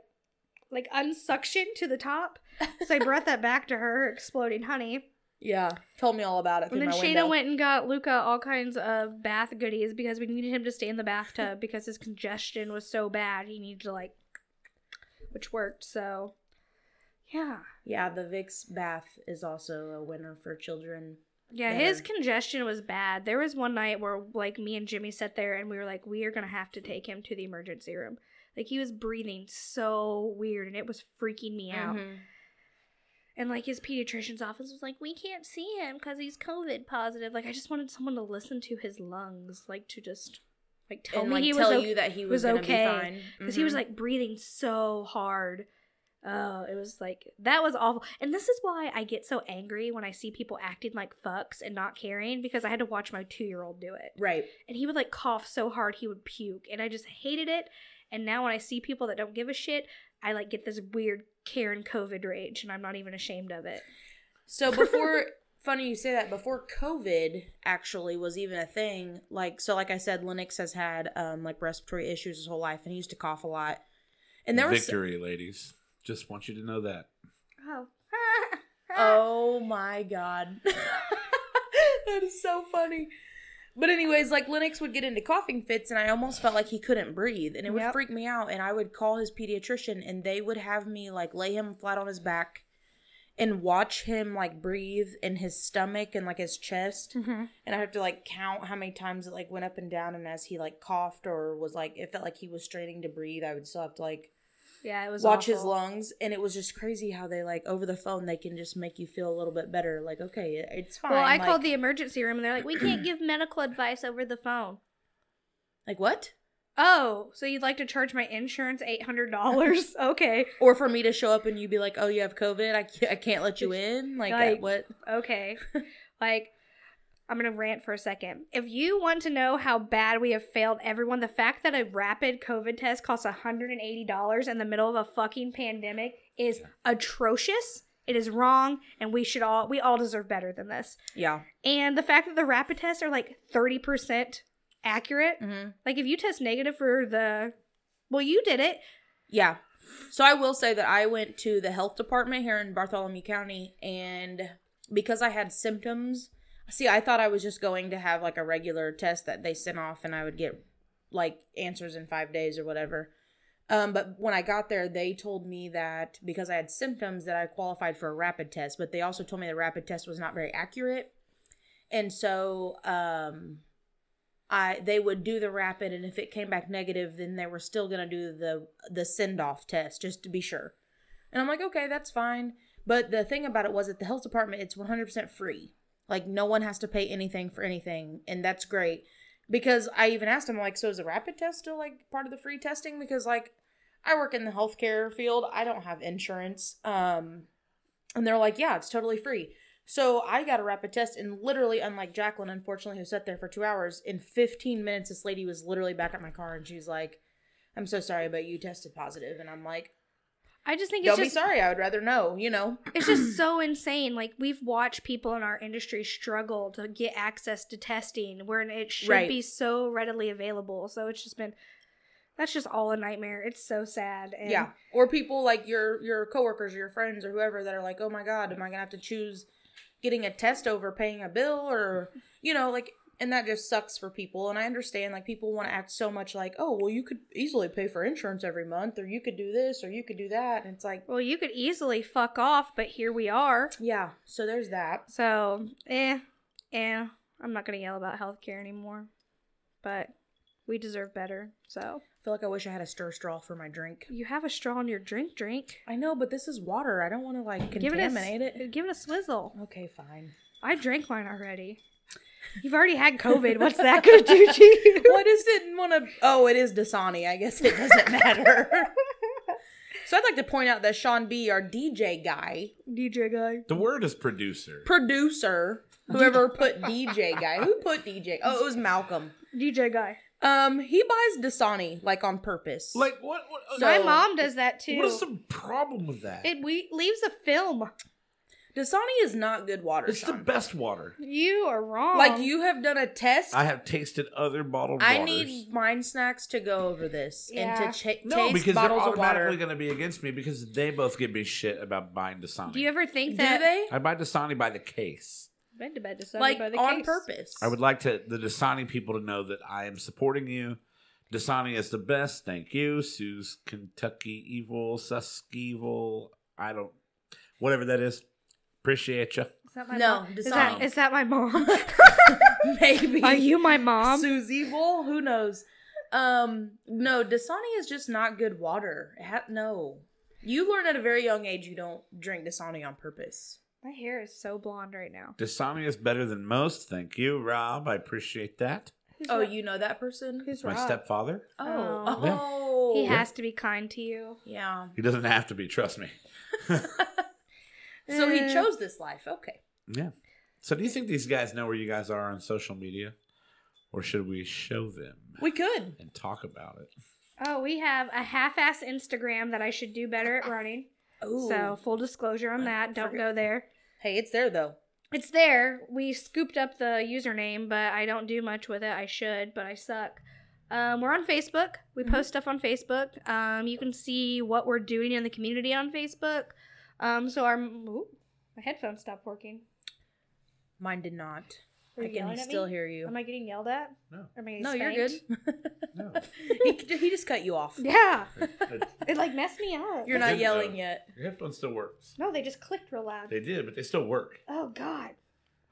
Speaker 1: like unsuction to the top. So I brought that back to her, exploding honey.
Speaker 2: yeah, told me all about it
Speaker 1: And
Speaker 2: through
Speaker 1: then
Speaker 2: my
Speaker 1: Shayna
Speaker 2: window.
Speaker 1: went and got Luca all kinds of bath goodies because we needed him to stay in the
Speaker 2: [laughs]
Speaker 1: bathtub because his congestion was so bad. He needed to like which worked, so yeah.
Speaker 2: yeah, the Vicks bath is also a winner for children.
Speaker 1: Yeah, his
Speaker 2: better.
Speaker 1: congestion was bad. There was one night where like me and Jimmy sat there and we were like, we are gonna have to take him to the emergency room. Like he was breathing so weird and it was freaking me out.
Speaker 2: Mm-hmm.
Speaker 1: And like his pediatrician's office was like, we can't see him because he's COVID positive. Like I just wanted someone to listen to his lungs, like to just like tell
Speaker 2: and
Speaker 1: me
Speaker 2: like
Speaker 1: he was
Speaker 2: tell
Speaker 1: okay
Speaker 2: you that he was,
Speaker 1: was
Speaker 2: gonna
Speaker 1: okay.
Speaker 2: be fine
Speaker 1: because he was like breathing so hard Oh, it was like that was awful. And this is why I get so angry when I see people acting like fucks and not caring because I had to watch my 2-year-old do it.
Speaker 2: Mm-hmm. Right.
Speaker 1: And he would like cough so hard he would puke and I just hated it. And now when I see people that don't give a shit, I like get this weird Karen COVID rage and I'm not even ashamed of it. [laughs]
Speaker 2: So before funny you say that before COVID actually was even a thing, like so like I said Lennox has had um like respiratory issues his whole life and he used to cough a lot. And there was
Speaker 3: Victory, ladies. Just want you to know that.
Speaker 1: [laughs] Oh.
Speaker 2: Oh my god. [laughs] that is so funny. But anyways, like Lennox would get into coughing fits and I almost felt like he couldn't breathe and it would
Speaker 1: Yep.
Speaker 2: freak me out and I would call his pediatrician and they would have me like lay him flat on his back and watch him like breathe in his stomach and like his chest
Speaker 1: Hmm. Mm-hmm.
Speaker 2: and I have to like count how many times it like went up and down and as he like coughed or was like it felt like he was straining to breathe, I would still have to like
Speaker 1: Yeah, it was
Speaker 2: watch his
Speaker 1: awful.
Speaker 2: lungs and it was just crazy how they like over the phone they can just make you feel a little bit better like okay it- it's fine
Speaker 1: Well, I
Speaker 2: like,
Speaker 1: called the emergency room and they're like, "We
Speaker 2: [clears throat]
Speaker 1: can't give medical advice over the phone."
Speaker 2: like what
Speaker 1: Oh, so you'd like to charge my insurance eight hundred
Speaker 2: [laughs]
Speaker 1: dollars? Okay,
Speaker 2: or for me to show up and you be like oh you have covid i can't, I can't let you in like, I-
Speaker 1: Like-
Speaker 2: what
Speaker 1: okay. Like, I'm gonna rant for a second. If you want to know how bad we have failed everyone, the fact that a rapid COVID test costs hundred and eighty dollars in the middle of a fucking pandemic is atrocious. It is wrong, and we should all we all deserve better than this.
Speaker 2: yeah
Speaker 1: And the fact that the rapid tests are like thirty percent accurate,
Speaker 2: hmm
Speaker 1: like if you test negative for the, well, you did it.
Speaker 2: yeah so i will say that i went to the health department here in bartholomew county and because i had symptoms see i thought i was just going to have like a regular test that they sent off and i would get like answers in five days or whatever. Um, but when I got there, they told me that because I had symptoms that I qualified for a rapid test, but they also told me the rapid test was not very accurate. And so um, I they would do the rapid, and if it came back negative, then they were still gonna do the the send off test just to be sure. And I'm like, okay, that's fine. But the thing about it was at the health department, it's 100% free. Like no one has to pay anything for anything, and that's great because I even asked him like, so is the rapid test still like part of the free testing? Because like, I work in the healthcare field, I don't have insurance, um, and they're like, yeah, it's totally free. So I got a rapid test, and literally, unlike Jacqueline, unfortunately, who sat there for two hours, in 15 minutes, this lady was literally back at my car, and she's like, "I'm so sorry, but you tested positive," and I'm like,
Speaker 1: I just think it's
Speaker 2: "Don't
Speaker 1: just
Speaker 2: be sorry. I would rather know." You know,
Speaker 1: it's just so insane. Like we've watched people in our industry struggle to get access to testing where it should
Speaker 2: Right.
Speaker 1: be so readily available. So it's just been that's just all a nightmare. It's so sad. And
Speaker 2: yeah or people like your your coworkers or your friends or whoever that are like oh my god am i gonna have to choose getting a test over paying a bill or you know like and that just sucks for people and i understand like people want to act so much like oh well you could easily pay for insurance every month or you could do this or you could do that and it's like
Speaker 1: Well, you could easily fuck off, but here we are.
Speaker 2: yeah so there's that
Speaker 1: So eh, eh. I'm not gonna yell about healthcare anymore, but we deserve better. So
Speaker 2: i feel like i wish i had a stir straw for my drink
Speaker 1: you have a straw in your drink. Drink.
Speaker 2: i know but this is water i don't want to like
Speaker 1: Give it a s-
Speaker 2: contaminate it,
Speaker 1: Give it a swizzle.
Speaker 2: okay
Speaker 1: [laughs]
Speaker 2: fine
Speaker 1: I drank mine already. You've already had COVID. What's that gonna do to [laughs] you?
Speaker 2: well, I just didn't want to. Oh, it is Dasani. I guess
Speaker 1: [laughs]
Speaker 2: it doesn't matter. so I'd like to point out that Sean B, our DJ guy,
Speaker 1: DJ guy.
Speaker 3: The word is producer.
Speaker 2: producer, whoever put DJ guy, who put DJ? Oh, it was Malcolm.
Speaker 1: DJ guy.
Speaker 2: Um, he buys Dasani like on purpose.
Speaker 3: like what? What,
Speaker 1: My
Speaker 2: So-
Speaker 1: mom does that too.
Speaker 3: what is the problem with that?
Speaker 1: it we leaves a film.
Speaker 2: Dasani is not good water.
Speaker 3: it's the
Speaker 2: Sean.
Speaker 3: best water.
Speaker 1: You are wrong.
Speaker 2: Like you have done a test.
Speaker 3: I have tasted other bottled
Speaker 2: I
Speaker 3: waters.
Speaker 2: need mind snacks to go over this
Speaker 1: Yeah.
Speaker 2: and to ch-
Speaker 3: no
Speaker 2: taste
Speaker 3: because they're
Speaker 2: bottles of water.
Speaker 3: automatically going to be against me because they both give me shit about buying Dasani.
Speaker 1: Do you ever
Speaker 2: Do
Speaker 1: think that?
Speaker 2: they
Speaker 3: I buy Dasani by the case.
Speaker 1: Been to bed to
Speaker 2: like
Speaker 1: by the
Speaker 2: on
Speaker 1: case.
Speaker 2: purpose?
Speaker 3: I
Speaker 2: [laughs]
Speaker 3: would like to the Dasani people to know that I am supporting you. Dasani is the best. Thank you, Sue's Kentucky Evil, Suskeevil. I don't, whatever that is. Appreciate you.
Speaker 1: Is that my
Speaker 2: No,
Speaker 1: mom?
Speaker 2: Dasani.
Speaker 1: Is that, is that my
Speaker 2: [laughs]
Speaker 1: mom?
Speaker 2: Maybe
Speaker 1: [laughs] are you my mom?
Speaker 2: Susie Bull? Who knows? Um, no, Dasani is just not good water. It Ha- no, you learn at a very young age you don't drink Dasani on purpose.
Speaker 1: my hair is so blonde right now.
Speaker 3: Dasani is better than most. Thank you, Rob. I appreciate that.
Speaker 1: Who's
Speaker 2: Oh,
Speaker 1: Rob?
Speaker 2: you know that person?
Speaker 1: Who's
Speaker 3: My
Speaker 1: Rob?
Speaker 3: stepfather.
Speaker 2: Oh,
Speaker 1: Oh.
Speaker 2: oh, no.
Speaker 1: He has to be kind to you.
Speaker 2: Yeah.
Speaker 3: He doesn't have to be. Trust me.
Speaker 2: So he
Speaker 1: Eh.
Speaker 2: chose this life. Okay.
Speaker 3: Yeah. So do you think these guys know where you guys are on social media, or should we show them
Speaker 2: We could.
Speaker 3: and talk about it?
Speaker 1: Oh, we have a half-ass Instagram that I should do better at running.
Speaker 2: Ooh.
Speaker 1: So full disclosure on that. Don't go there.
Speaker 2: Hey, it's there though.
Speaker 1: It's there. We scooped up the username, but I don't do much with it. I should, but I suck. Um, we're on Facebook. We
Speaker 2: Mhm.
Speaker 1: post stuff on Facebook. Um, you can see what we're doing in the community on Facebook. Um, so our ooh, my headphones stopped working.
Speaker 2: Mine did not.
Speaker 1: Are
Speaker 2: I
Speaker 1: you
Speaker 2: can
Speaker 1: yelling at
Speaker 2: still
Speaker 1: me?
Speaker 2: hear you.
Speaker 1: Am I getting yelled at?
Speaker 3: No.
Speaker 1: Am I getting
Speaker 2: No, you're good.
Speaker 1: spanked?
Speaker 3: No.
Speaker 2: he, he just cut you off.
Speaker 1: Yeah,
Speaker 3: The-
Speaker 1: it like messed me up.
Speaker 2: You're
Speaker 3: I
Speaker 2: not
Speaker 3: didn't
Speaker 2: yelling
Speaker 3: know.
Speaker 2: yet.
Speaker 3: Your headphone still works.
Speaker 1: no, they just clicked real loud.
Speaker 3: They did, but they still work.
Speaker 1: Oh God,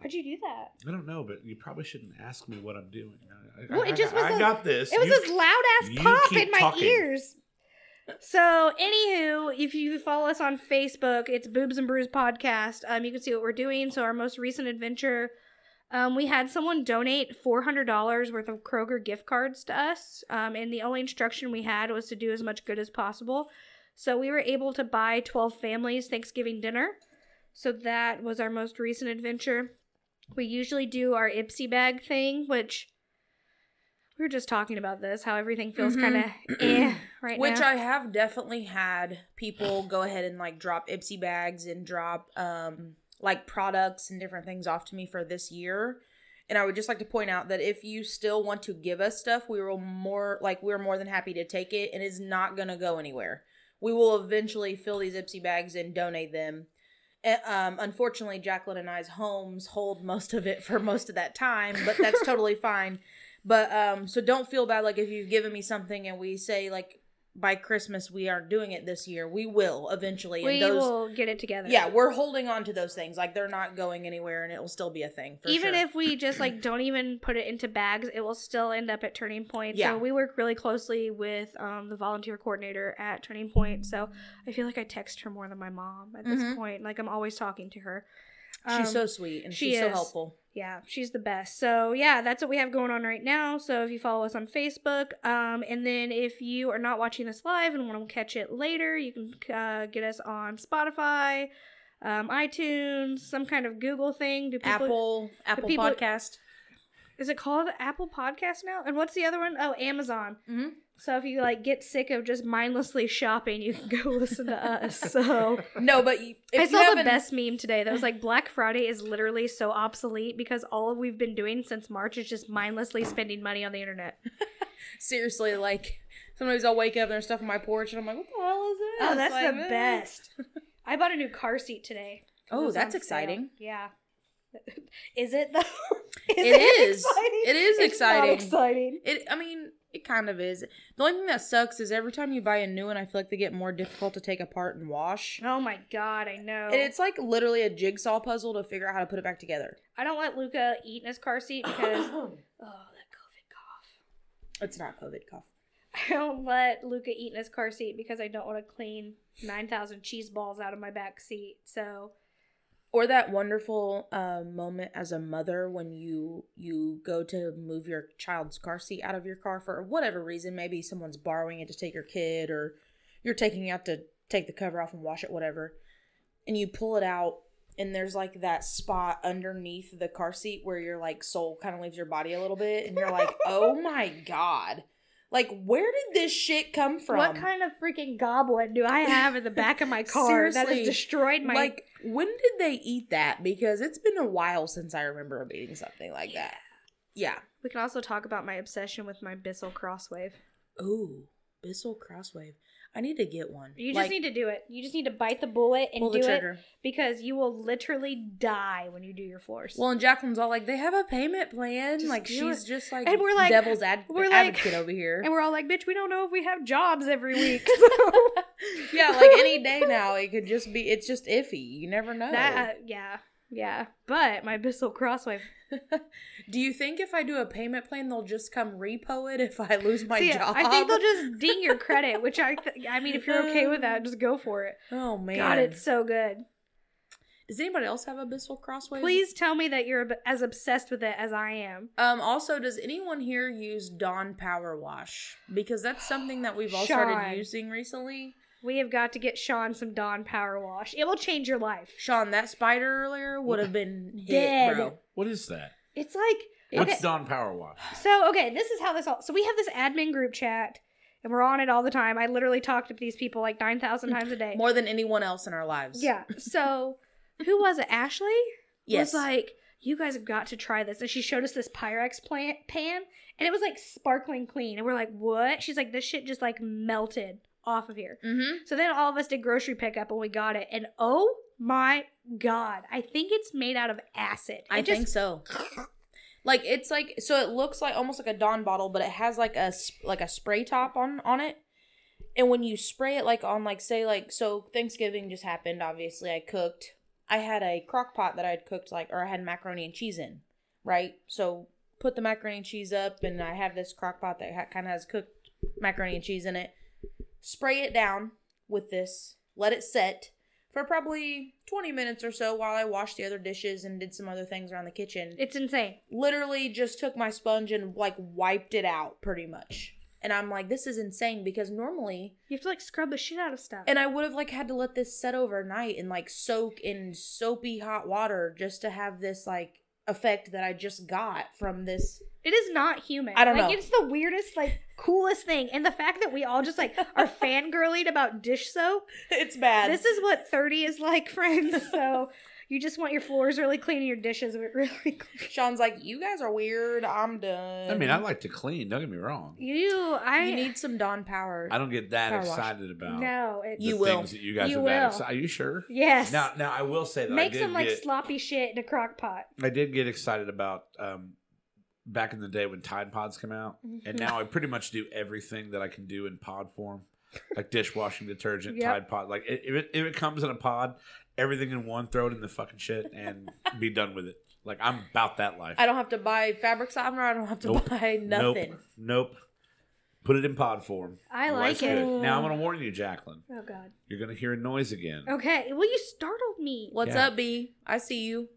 Speaker 1: why'd you do that?
Speaker 3: I don't know, but you probably shouldn't ask me what I'm doing. I- I,
Speaker 1: Well, it
Speaker 3: I-
Speaker 1: just
Speaker 3: I- I
Speaker 1: was a-
Speaker 3: got this.
Speaker 1: It was
Speaker 3: You-
Speaker 1: this loud ass
Speaker 3: you
Speaker 1: pop
Speaker 3: keep
Speaker 1: in my
Speaker 3: talking.
Speaker 1: ears. So, anywho, if you follow us on Facebook, it's Boobs and Brews Podcast. Um, you can see what we're doing. So, our most recent adventure, um, we had someone donate four hundred dollars worth of Kroger gift cards to us, um, and the only instruction we had was to do as much good as possible. So, we were able to buy twelve families Thanksgiving dinner. So that was our most recent adventure. We usually do our Ipsy bag thing, which we were just talking about this, how everything feels
Speaker 2: Mhm. [clears throat]
Speaker 1: kind of eh right
Speaker 2: Which
Speaker 1: now.
Speaker 2: I have definitely had people go ahead and like drop Ipsy bags and drop um like products and different things off to me for this year. And I would just like to point out that if you still want to give us stuff, we will more like we're more than happy to take it and it's not going to go anywhere. We will eventually fill these Ipsy bags and donate them. Eh, Um, unfortunately, Jacqueline and I's homes hold most of it for most of that time, but that's
Speaker 1: [laughs]
Speaker 2: totally fine. But um, so don't feel bad like if you've given me something and we say like by Christmas we aren't doing it this year, we will eventually.
Speaker 1: we
Speaker 2: and those,
Speaker 1: will get it together.
Speaker 2: yeah, we're holding on to those things. Like they're not going anywhere, and it will still be a thing. For
Speaker 1: even
Speaker 2: sure.
Speaker 1: if
Speaker 2: [clears throat]
Speaker 1: we just like don't even put it into bags, it will still end up at Turning Point.
Speaker 2: Yeah.
Speaker 1: So we work really closely with um, the volunteer coordinator at Turning Point. So I feel like I text her more than my mom at this
Speaker 2: Mhm.
Speaker 1: point. Like I'm always talking to her. Um,
Speaker 2: she's so sweet and
Speaker 1: she
Speaker 2: she's so
Speaker 1: is.
Speaker 2: helpful.
Speaker 1: yeah she's the best so yeah that's what we have going on right now so if you follow us on facebook um, and then if you are not watching this live and want to catch it later you can uh, get us on spotify um, itunes some kind of google thing do people,
Speaker 2: Apple Apple
Speaker 1: people- [laughs]
Speaker 2: Podcast.
Speaker 1: is it called apple podcast now and what's the other one? Oh, amazon
Speaker 2: Mhm.
Speaker 1: so if you like get sick of just mindlessly [laughs] shopping you can go listen to us so
Speaker 2: No, but you, if
Speaker 1: I
Speaker 2: you
Speaker 1: saw the
Speaker 2: haven't-
Speaker 1: best meme today that was like Black Friday is literally so obsolete because all we've been doing since March is just mindlessly spending money on the
Speaker 2: [laughs]
Speaker 1: internet.
Speaker 2: Seriously, like sometimes I'll wake up and there's stuff on my porch, and I'm like, what the hell is this?
Speaker 1: Oh, that's
Speaker 2: Like,
Speaker 1: the
Speaker 2: eh. [laughs]
Speaker 1: best. I bought a new car seat today. 'cause
Speaker 2: Oh,
Speaker 1: it was
Speaker 2: that's
Speaker 1: on sale.
Speaker 2: exciting.
Speaker 1: Yeah. [laughs] Is it though? [laughs] is
Speaker 2: It is. It is
Speaker 1: It's not
Speaker 2: exciting.
Speaker 1: exciting.
Speaker 2: It. I mean, it kind of is. The only thing that sucks is every time you buy a new one, I feel like they get more difficult to take apart and wash.
Speaker 1: Oh my god, I know.
Speaker 2: And it's like literally a jigsaw puzzle to figure out how to put it back together.
Speaker 1: I don't let Luca eat in his car seat because [coughs] oh that COVID cough.
Speaker 2: It's not COVID cough.
Speaker 1: [laughs] I don't let Luca eat in his car seat because I don't want to clean 9,000 cheese balls out of my back seat. So,
Speaker 2: or that wonderful uh, moment as a mother when you you go to move your child's car seat out of your car for whatever reason maybe someone's borrowing it to take your kid or you're taking out to take the cover off and wash it whatever and you pull it out and there's like that spot underneath the car seat where your like soul kind of leaves your body a little bit and you're like oh my god like where did this shit come from
Speaker 1: what kind of freaking goblin do I have in the back
Speaker 2: [laughs]
Speaker 1: of my car that
Speaker 2: Seriously,
Speaker 1: has destroyed my.
Speaker 2: like when did they eat that because it's been a while since i remember them eating something like that yeah
Speaker 1: we can also talk about my obsession with my Bissell Crosswave.
Speaker 2: ooh bissell crosswave i need to get one
Speaker 1: You just need to do it. You just need to bite the bullet and do it because you will literally die when you do your floors.
Speaker 2: well and jacqueline's all like they have a payment plan
Speaker 1: Just
Speaker 2: like
Speaker 1: do
Speaker 2: she's just like
Speaker 1: And we're like-
Speaker 2: devil's ad-
Speaker 1: we're like-
Speaker 2: advocate over here
Speaker 1: [laughs] and we're all like, bitch, we don't know if we have jobs
Speaker 2: [laughs]
Speaker 1: every week. So,
Speaker 2: yeah like any day now it could just be it's just iffy you never know
Speaker 1: [laughs] that, uh, yeah, yeah. But my Bissell Crosswave uh,
Speaker 2: do you think if i do a payment plan they'll just come repo it if i lose my
Speaker 1: See,
Speaker 2: job
Speaker 1: I
Speaker 2: [laughs]
Speaker 1: think they'll just ding your credit, which I th- I mean, if you're okay with that, just go for it.
Speaker 2: oh [laughs] man
Speaker 1: God, it's so good.
Speaker 2: Does anybody else have Abyssal Crossways?
Speaker 1: Please tell me that you're ab- as obsessed with it as I am.
Speaker 2: Um, also, does anyone here use Dawn Power Wash? Because that's something that we've all
Speaker 1: Sean.
Speaker 2: started using recently.
Speaker 1: We have got to get Sean some Dawn Power Wash. It will change your life.
Speaker 2: Sean, that spider earlier would have
Speaker 1: [laughs]
Speaker 2: been hit,
Speaker 1: Dead.
Speaker 2: bro.
Speaker 3: What is that?
Speaker 1: It's like
Speaker 3: What's
Speaker 1: Okay.
Speaker 3: Dawn Power Wash?
Speaker 1: So okay, this is how this all. So we have this admin group chat, and we're on it all the time. I literally talk to these people like nine thousand times a day.
Speaker 2: More than anyone else in our lives.
Speaker 1: Yeah. So who was it? Ashley
Speaker 2: Yes.
Speaker 1: was like, "You guys have got to try this," and she showed us this Pyrex plant pan, and it was like sparkling clean. And we're like, "What?" She's like, "This shit just like melted off of here."
Speaker 2: mm-hmm.
Speaker 1: So then all of us did grocery pickup, and we got it. And oh my god, I think it's made out of acid.
Speaker 2: I
Speaker 1: It just-
Speaker 2: think so. Like it's like so it looks like almost like a Dawn bottle, but it has like a sp- like a spray top on on it. And when you spray it like on like say like so Thanksgiving just happened. Obviously, I cooked. I had a crock pot that I'd cooked like or I had macaroni and cheese in, right? So put the macaroni and cheese up, and I have this crock pot that ha- kind of has cooked macaroni and cheese in it. Spray it down with this. Let it set for probably 20 minutes or so while I washed the other dishes and did some other things around the kitchen
Speaker 1: it's insane.
Speaker 2: literally just took my sponge and like wiped it out pretty much. And I'm like, this is insane because normally,
Speaker 1: You have to like scrub the shit out of stuff.
Speaker 2: and I would have like had to let this set overnight and like soak in soapy hot water just to have this like effect that I just got from this.
Speaker 1: It is not human.
Speaker 2: I don't
Speaker 1: like,
Speaker 2: know.
Speaker 1: It's the weirdest, like, coolest thing. And the fact that we all just, like,
Speaker 2: [laughs]
Speaker 1: are fangirlied about dish soap.
Speaker 2: It's bad.
Speaker 1: This is what 30 is like, [laughs] friends. So you just want your floors really clean and your dishes [laughs] really clean.
Speaker 2: Sean's like, you guys are weird. I'm done.
Speaker 3: I mean, I like to clean. Don't get me wrong.
Speaker 1: You, I.
Speaker 2: you need some Dawn power.
Speaker 3: I don't get that
Speaker 2: Power wash.
Speaker 3: excited about
Speaker 1: No, it's.
Speaker 3: the
Speaker 2: You
Speaker 3: things
Speaker 2: will.
Speaker 3: that you guys
Speaker 1: You
Speaker 3: are that
Speaker 1: will.
Speaker 3: excited. Are you sure?
Speaker 1: Yes.
Speaker 3: Now, now I will say that I
Speaker 1: Make
Speaker 3: did
Speaker 1: some, like,
Speaker 3: get,
Speaker 1: sloppy shit in a crock pot.
Speaker 3: I did get excited about um, back in the day when Tide Pods come out,
Speaker 2: Mm-hmm.
Speaker 3: and now I pretty much do everything that I can do in pod form, like dishwashing detergent,
Speaker 1: Yep.
Speaker 3: Tide Pod. Like i- if it, if it comes in a pod, everything in one, throw it in the fucking shit, and be done with it. Like I'm about that life.
Speaker 2: I don't have to buy fabric softener. I don't have to
Speaker 3: Nope.
Speaker 2: buy nothing.
Speaker 3: Nope. Nope. Put it in pod form.
Speaker 1: I
Speaker 3: Otherwise,
Speaker 1: like it.
Speaker 3: good. Now I'm gonna warn you, Jacqueline.
Speaker 1: Oh, God.
Speaker 3: You're gonna hear a noise again.
Speaker 2: Oh.
Speaker 1: Okay. Well, you startled me. [laughs]
Speaker 2: What's
Speaker 3: Yeah.
Speaker 2: up, B? I see you.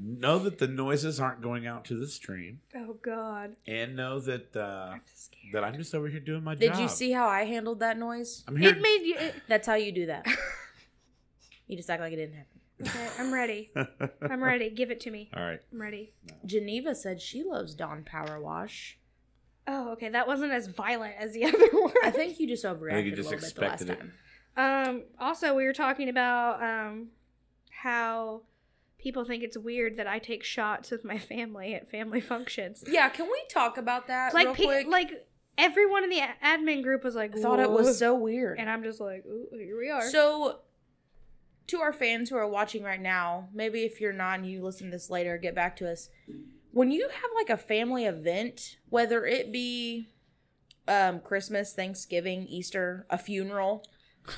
Speaker 3: Know that the noises aren't going out to the stream,
Speaker 1: Oh, God.
Speaker 3: and know that uh,
Speaker 1: I'm scared.
Speaker 3: that I'm just over here doing my
Speaker 2: Did
Speaker 3: job.
Speaker 2: you see how I handled that noise?
Speaker 3: I'm here.
Speaker 1: It made you. It,
Speaker 2: That's how you do [laughs] that. you just act like it didn't happen.
Speaker 1: okay, I'm ready. I'm ready. Give it to me.
Speaker 3: [laughs] All right.
Speaker 1: I'm ready.
Speaker 2: Geneva said she loves Dawn Power Wash.
Speaker 1: Oh, okay. That wasn't as violent as the [laughs] other one.
Speaker 2: I think you just overreacted
Speaker 3: I think you
Speaker 2: a
Speaker 3: just
Speaker 2: little bit the last
Speaker 3: expected it.
Speaker 2: time.
Speaker 1: Um, also, we were talking about um, how people think it's weird that I take shots with my family at family functions.
Speaker 2: Yeah, can we talk about that
Speaker 1: Like,
Speaker 2: real
Speaker 1: pe-
Speaker 2: quick?
Speaker 1: like everyone in the a- admin group was like,
Speaker 2: I thought it was
Speaker 1: "Whoa."
Speaker 2: so weird.
Speaker 1: and I'm just like, ooh, here we are.
Speaker 2: So, to our fans who are watching right now, maybe if you're not and you listen to this later, get back to us. When you have like a family event, whether it be um, Christmas, Thanksgiving, Easter, a funeral,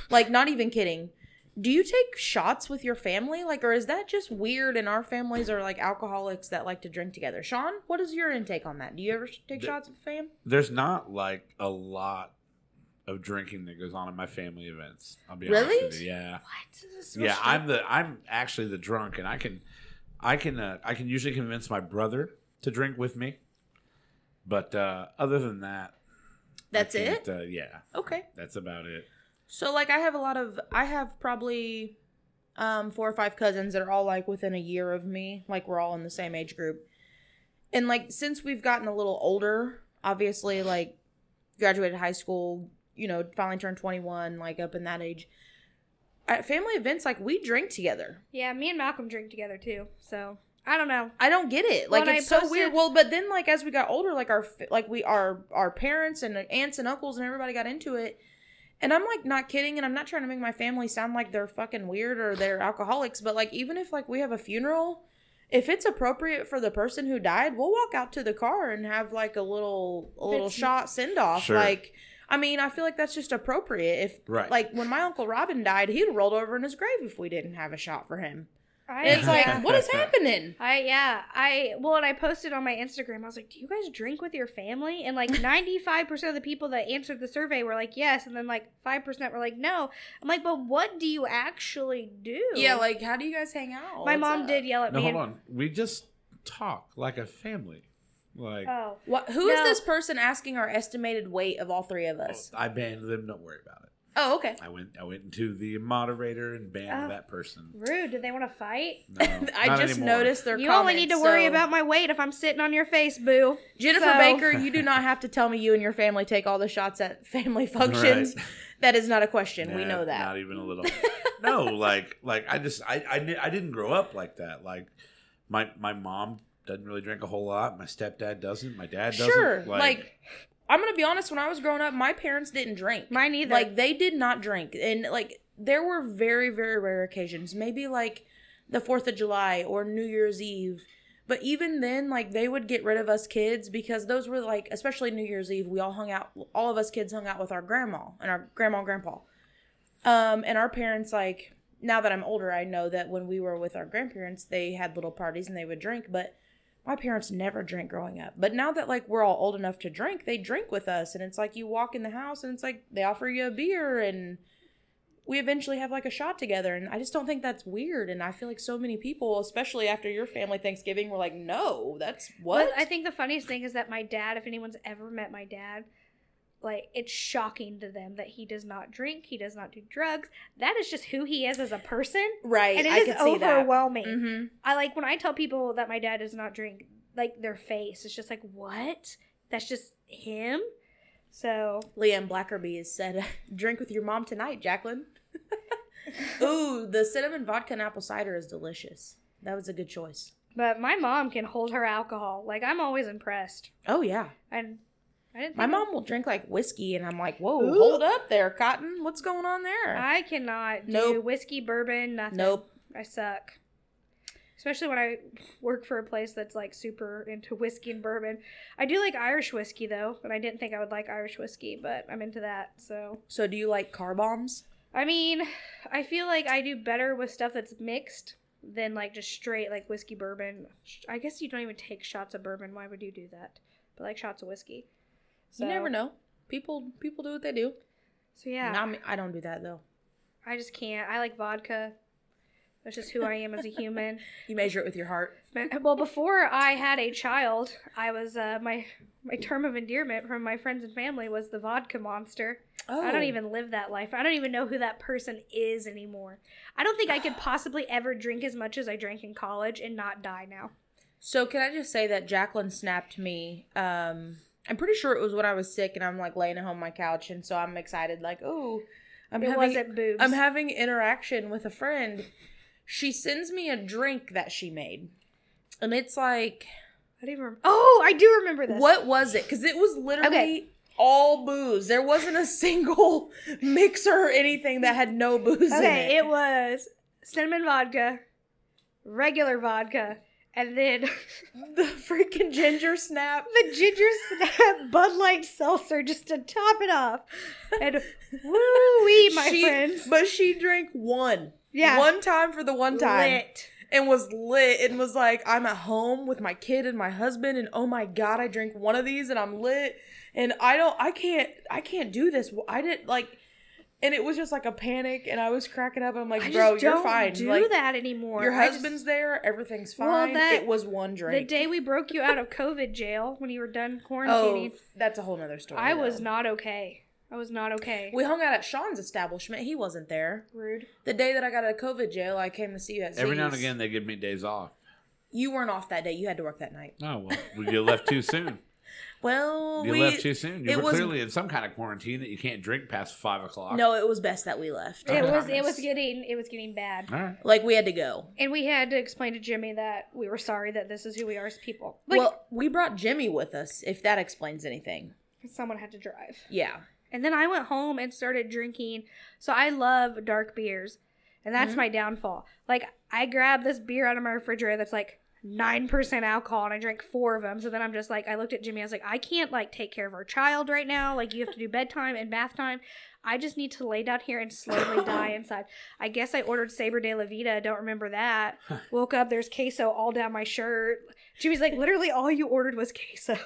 Speaker 2: like not even kidding, do you take shots with your family? Like, or is that just weird? And our families are like alcoholics that like to drink together. Sean, what is your intake on that? Do you ever take
Speaker 3: The-
Speaker 2: shots with fam?
Speaker 3: There's not like a lot of drinking that goes on in my family events. I'll be
Speaker 2: Really?
Speaker 3: honest with you. Yeah.
Speaker 1: What? This is so
Speaker 3: yeah,
Speaker 1: stupid.
Speaker 3: I'm the I'm actually the drunk and I can I can uh, I can usually convince my brother to drink with me. But uh other than that, I
Speaker 2: That's
Speaker 3: can't,
Speaker 2: it.
Speaker 3: Uh, yeah,
Speaker 2: Okay.
Speaker 3: that's about it.
Speaker 2: So like I have a lot of I have probably um four or five cousins that are all like within a year of me. Like we're all in the same age group. And like since we've gotten a little older, obviously like graduated high school, you know, finally turned 21, like up in that age. At family events like we drink together.
Speaker 1: yeah, me and Malcolm drink together too. So I don't know.
Speaker 2: I don't get it. Like
Speaker 1: When I
Speaker 2: it's so
Speaker 1: posted-
Speaker 2: weird. Well, but then like as we got older, like our f- like we our our parents and aunts and uncles and everybody got into it. And I'm like not kidding, and I'm not trying to make my family sound like they're fucking weird or they're alcoholics, but like even if like we have a funeral, if it's appropriate for the person who died, we'll walk out to the car and have like a little a little
Speaker 1: It's-
Speaker 2: shot send off.
Speaker 3: Sure.
Speaker 2: Like I mean, I feel like that's just appropriate. If
Speaker 3: Right.
Speaker 2: like when my uncle Robin died, he'd rolled over in his grave if we didn't have a shot for him.
Speaker 1: I,
Speaker 2: It's like,
Speaker 1: yeah.
Speaker 2: what
Speaker 3: [laughs]
Speaker 2: is happening?
Speaker 1: I yeah I well and I posted on my Instagram I was like do you guys drink with your family and like 95% of the people that answered the survey were like yes and then like 5% were like no I'm like but what do you actually do
Speaker 2: Yeah, like how do you guys hang out?
Speaker 1: my
Speaker 2: What's
Speaker 1: mom
Speaker 2: up?
Speaker 1: did yell at
Speaker 3: No,
Speaker 1: me
Speaker 3: hold
Speaker 1: and-
Speaker 3: on. We just talk like a family.
Speaker 1: [laughs]
Speaker 3: Like
Speaker 1: oh
Speaker 2: What, who is
Speaker 1: No.
Speaker 2: this person asking our estimated weight of all three of us?
Speaker 3: I banned them. Don't worry about it.
Speaker 2: Oh, okay.
Speaker 3: I went. I went into the moderator and banned
Speaker 1: Oh.
Speaker 3: that person.
Speaker 1: rude do they want to fight
Speaker 3: No,
Speaker 2: [laughs] I
Speaker 3: not
Speaker 2: just
Speaker 3: anymore.
Speaker 2: noticed their.
Speaker 1: you only need to
Speaker 2: comments,
Speaker 1: worry
Speaker 2: so-
Speaker 1: about my weight if I'm sitting on your face boo
Speaker 2: Jennifer
Speaker 1: so-
Speaker 2: Baker. You do not have to tell me you and your family take all the shots at family functions.
Speaker 3: [laughs] Right.
Speaker 2: That is not a question. we
Speaker 3: Nah,
Speaker 2: know that.
Speaker 3: Not even a
Speaker 2: [laughs]
Speaker 3: little. no, like like I just I I, di- I didn't grow up like that. Like my my mom doesn't really drink a whole lot. My stepdad doesn't. My dad doesn't.
Speaker 2: Sure, like, I'm gonna be honest. When I was growing up, my parents didn't drink.
Speaker 1: mine either
Speaker 2: Like they did not drink, and like there were very very rare occasions, maybe like the Fourth of July or New Year's Eve. But even then, like they would get rid of us kids because those were like, especially New Year's Eve, we all hung out. All of us kids hung out with our grandma and our grandma and grandpa. Um, and our parents like now that I'm older, I know that when we were with our grandparents, they had little parties and they would drink, but my parents never drank growing up. But now that like we're all old enough to drink, they drink with us and it's like you walk in the house and it's like they offer you a beer and we eventually have like a shot together and I just don't think that's weird and I feel like so many people, especially after your family Thanksgiving, were like, "No, that's what?"
Speaker 1: But I think the funniest thing is that my dad, if anyone's ever met my dad, like it's shocking to them that he does not drink, he does not do drugs. That is just who he is as a person.
Speaker 2: right.
Speaker 1: And it
Speaker 2: I
Speaker 1: is
Speaker 2: could see that.
Speaker 1: overwhelming.
Speaker 2: Mm-hmm.
Speaker 1: I like when I tell people that my dad does not drink, like their face, it's just like, what? That's just him? So
Speaker 2: Liam Blackerby has said, [laughs] "Drink with your mom tonight, Jacqueline." [laughs] Ooh, the cinnamon vodka and apple cider is delicious. That was a good choice.
Speaker 1: but my mom can hold her alcohol. Like I'm always impressed.
Speaker 2: Oh yeah,
Speaker 1: And I didn't think
Speaker 2: my mom will drink like whiskey, and I'm like, "Whoa,
Speaker 1: Ooh.
Speaker 2: hold up there, Cotton. What's going on there?"
Speaker 1: I cannot do
Speaker 2: Nope.
Speaker 1: whiskey, bourbon, nothing.
Speaker 2: nope.
Speaker 1: I suck. Especially when I work for a place that's like super into whiskey and bourbon. I do like Irish whiskey though, but I didn't think I would like Irish whiskey, but I'm into that. So,
Speaker 2: So, do you like car bombs?
Speaker 1: I mean, I feel like I do better with stuff that's mixed than like just straight like whiskey bourbon. Sh- I guess you don't even take shots of bourbon. Why would you do that? But like shots of whiskey. So,
Speaker 2: You never know. People, people do what they do.
Speaker 1: So, yeah.
Speaker 2: Not me- I don't do that though.
Speaker 1: I just can't. I like vodka. That's just who I am as a human.
Speaker 2: You measure it with your heart.
Speaker 1: Man- Well, before I had a child, I was uh, my my term of endearment from my friends and family was the vodka monster.
Speaker 2: Oh,
Speaker 1: I don't even live that life. I don't even know who that person is anymore. I don't think I could possibly ever drink as much as I drank in college and not die now.
Speaker 2: So can I just say that Jacqueline snapped me? Um, I'm pretty sure it was when I was sick and I'm like laying at home on my couch, and so I'm excited, like, oh, I'm
Speaker 1: it
Speaker 2: having
Speaker 1: wasn't boobs.
Speaker 2: I'm having interaction with a friend. She sends me a drink that she made, and it's like,
Speaker 1: I don't even rem- oh, I do remember this.
Speaker 2: what was it? Because it was literally.
Speaker 1: Okay.
Speaker 2: All booze. There wasn't a single [laughs] mixer or anything that had no booze in
Speaker 1: Okay,
Speaker 2: it.
Speaker 1: it was cinnamon vodka, regular vodka, and then [laughs]
Speaker 2: the freaking ginger snap.
Speaker 1: the ginger snap [laughs] Bud Light seltzer just to top it off. And woo
Speaker 2: [laughs]
Speaker 1: wee, [laughs] my
Speaker 2: She-
Speaker 1: friends.
Speaker 2: But she drank one.
Speaker 1: Yeah.
Speaker 2: One time for the one time.
Speaker 1: Lit.
Speaker 2: and was lit and was like, I'm at home with my kid and my husband, and oh my god, I drink one of these and I'm lit, and I don't, I can't, I can't do this. I didn't like, and it was just like a panic, and I was cracking up. And I'm like,
Speaker 1: I
Speaker 2: bro,
Speaker 1: just
Speaker 2: you're
Speaker 1: don't
Speaker 2: fine.
Speaker 1: do
Speaker 2: like,
Speaker 1: that anymore.
Speaker 2: Your
Speaker 1: I just-
Speaker 2: husband's there, everything's
Speaker 1: Well,
Speaker 2: fine.
Speaker 1: that-
Speaker 2: it was one
Speaker 1: the
Speaker 2: drink.
Speaker 1: day we broke you out of COVID jail when you were done
Speaker 2: oh,
Speaker 1: quarantining,
Speaker 2: that's a whole nother story.
Speaker 1: I was
Speaker 2: though.
Speaker 1: not okay. I was not okay.
Speaker 2: We hung out at Sean's establishment. He wasn't there. [laughs]
Speaker 1: Rude.
Speaker 2: The day that I got out of COVID jail, I came to see you at
Speaker 3: every now and
Speaker 2: Z's.
Speaker 3: again they give me days off.
Speaker 2: You weren't off that day. You had to work that night.
Speaker 3: Oh [laughs] well, you left too soon.
Speaker 2: Well,
Speaker 3: You
Speaker 2: we,
Speaker 3: left too soon.
Speaker 2: it
Speaker 3: You were
Speaker 2: was-
Speaker 3: clearly in some kind of quarantine that you can't drink past five o'clock.
Speaker 2: No, it was best that we left. I
Speaker 1: It was it
Speaker 2: promise.
Speaker 1: was getting it was getting bad.
Speaker 3: All right.
Speaker 2: Like we had to go.
Speaker 1: And we had to explain to Jimmy that we were sorry that this is who we are as people. Like
Speaker 2: well, we brought Jimmy with us, if that explains anything.
Speaker 1: someone had to drive.
Speaker 2: Yeah.
Speaker 1: And then I went home and started drinking. So I love dark beers. And that's my downfall. Like I grab this beer out of my refrigerator that's like 9% alcohol and I drank four of them. So then I'm just like, I looked at Jimmy. I was like, I can't like take care of our child right now. Like, you have to do bedtime and bath time. I just need to lay down here and slowly die inside. I guess I ordered Saber de la Vida. Don't remember that. Woke up, there's queso all down my shirt. Jimmy's like, literally all you ordered was queso.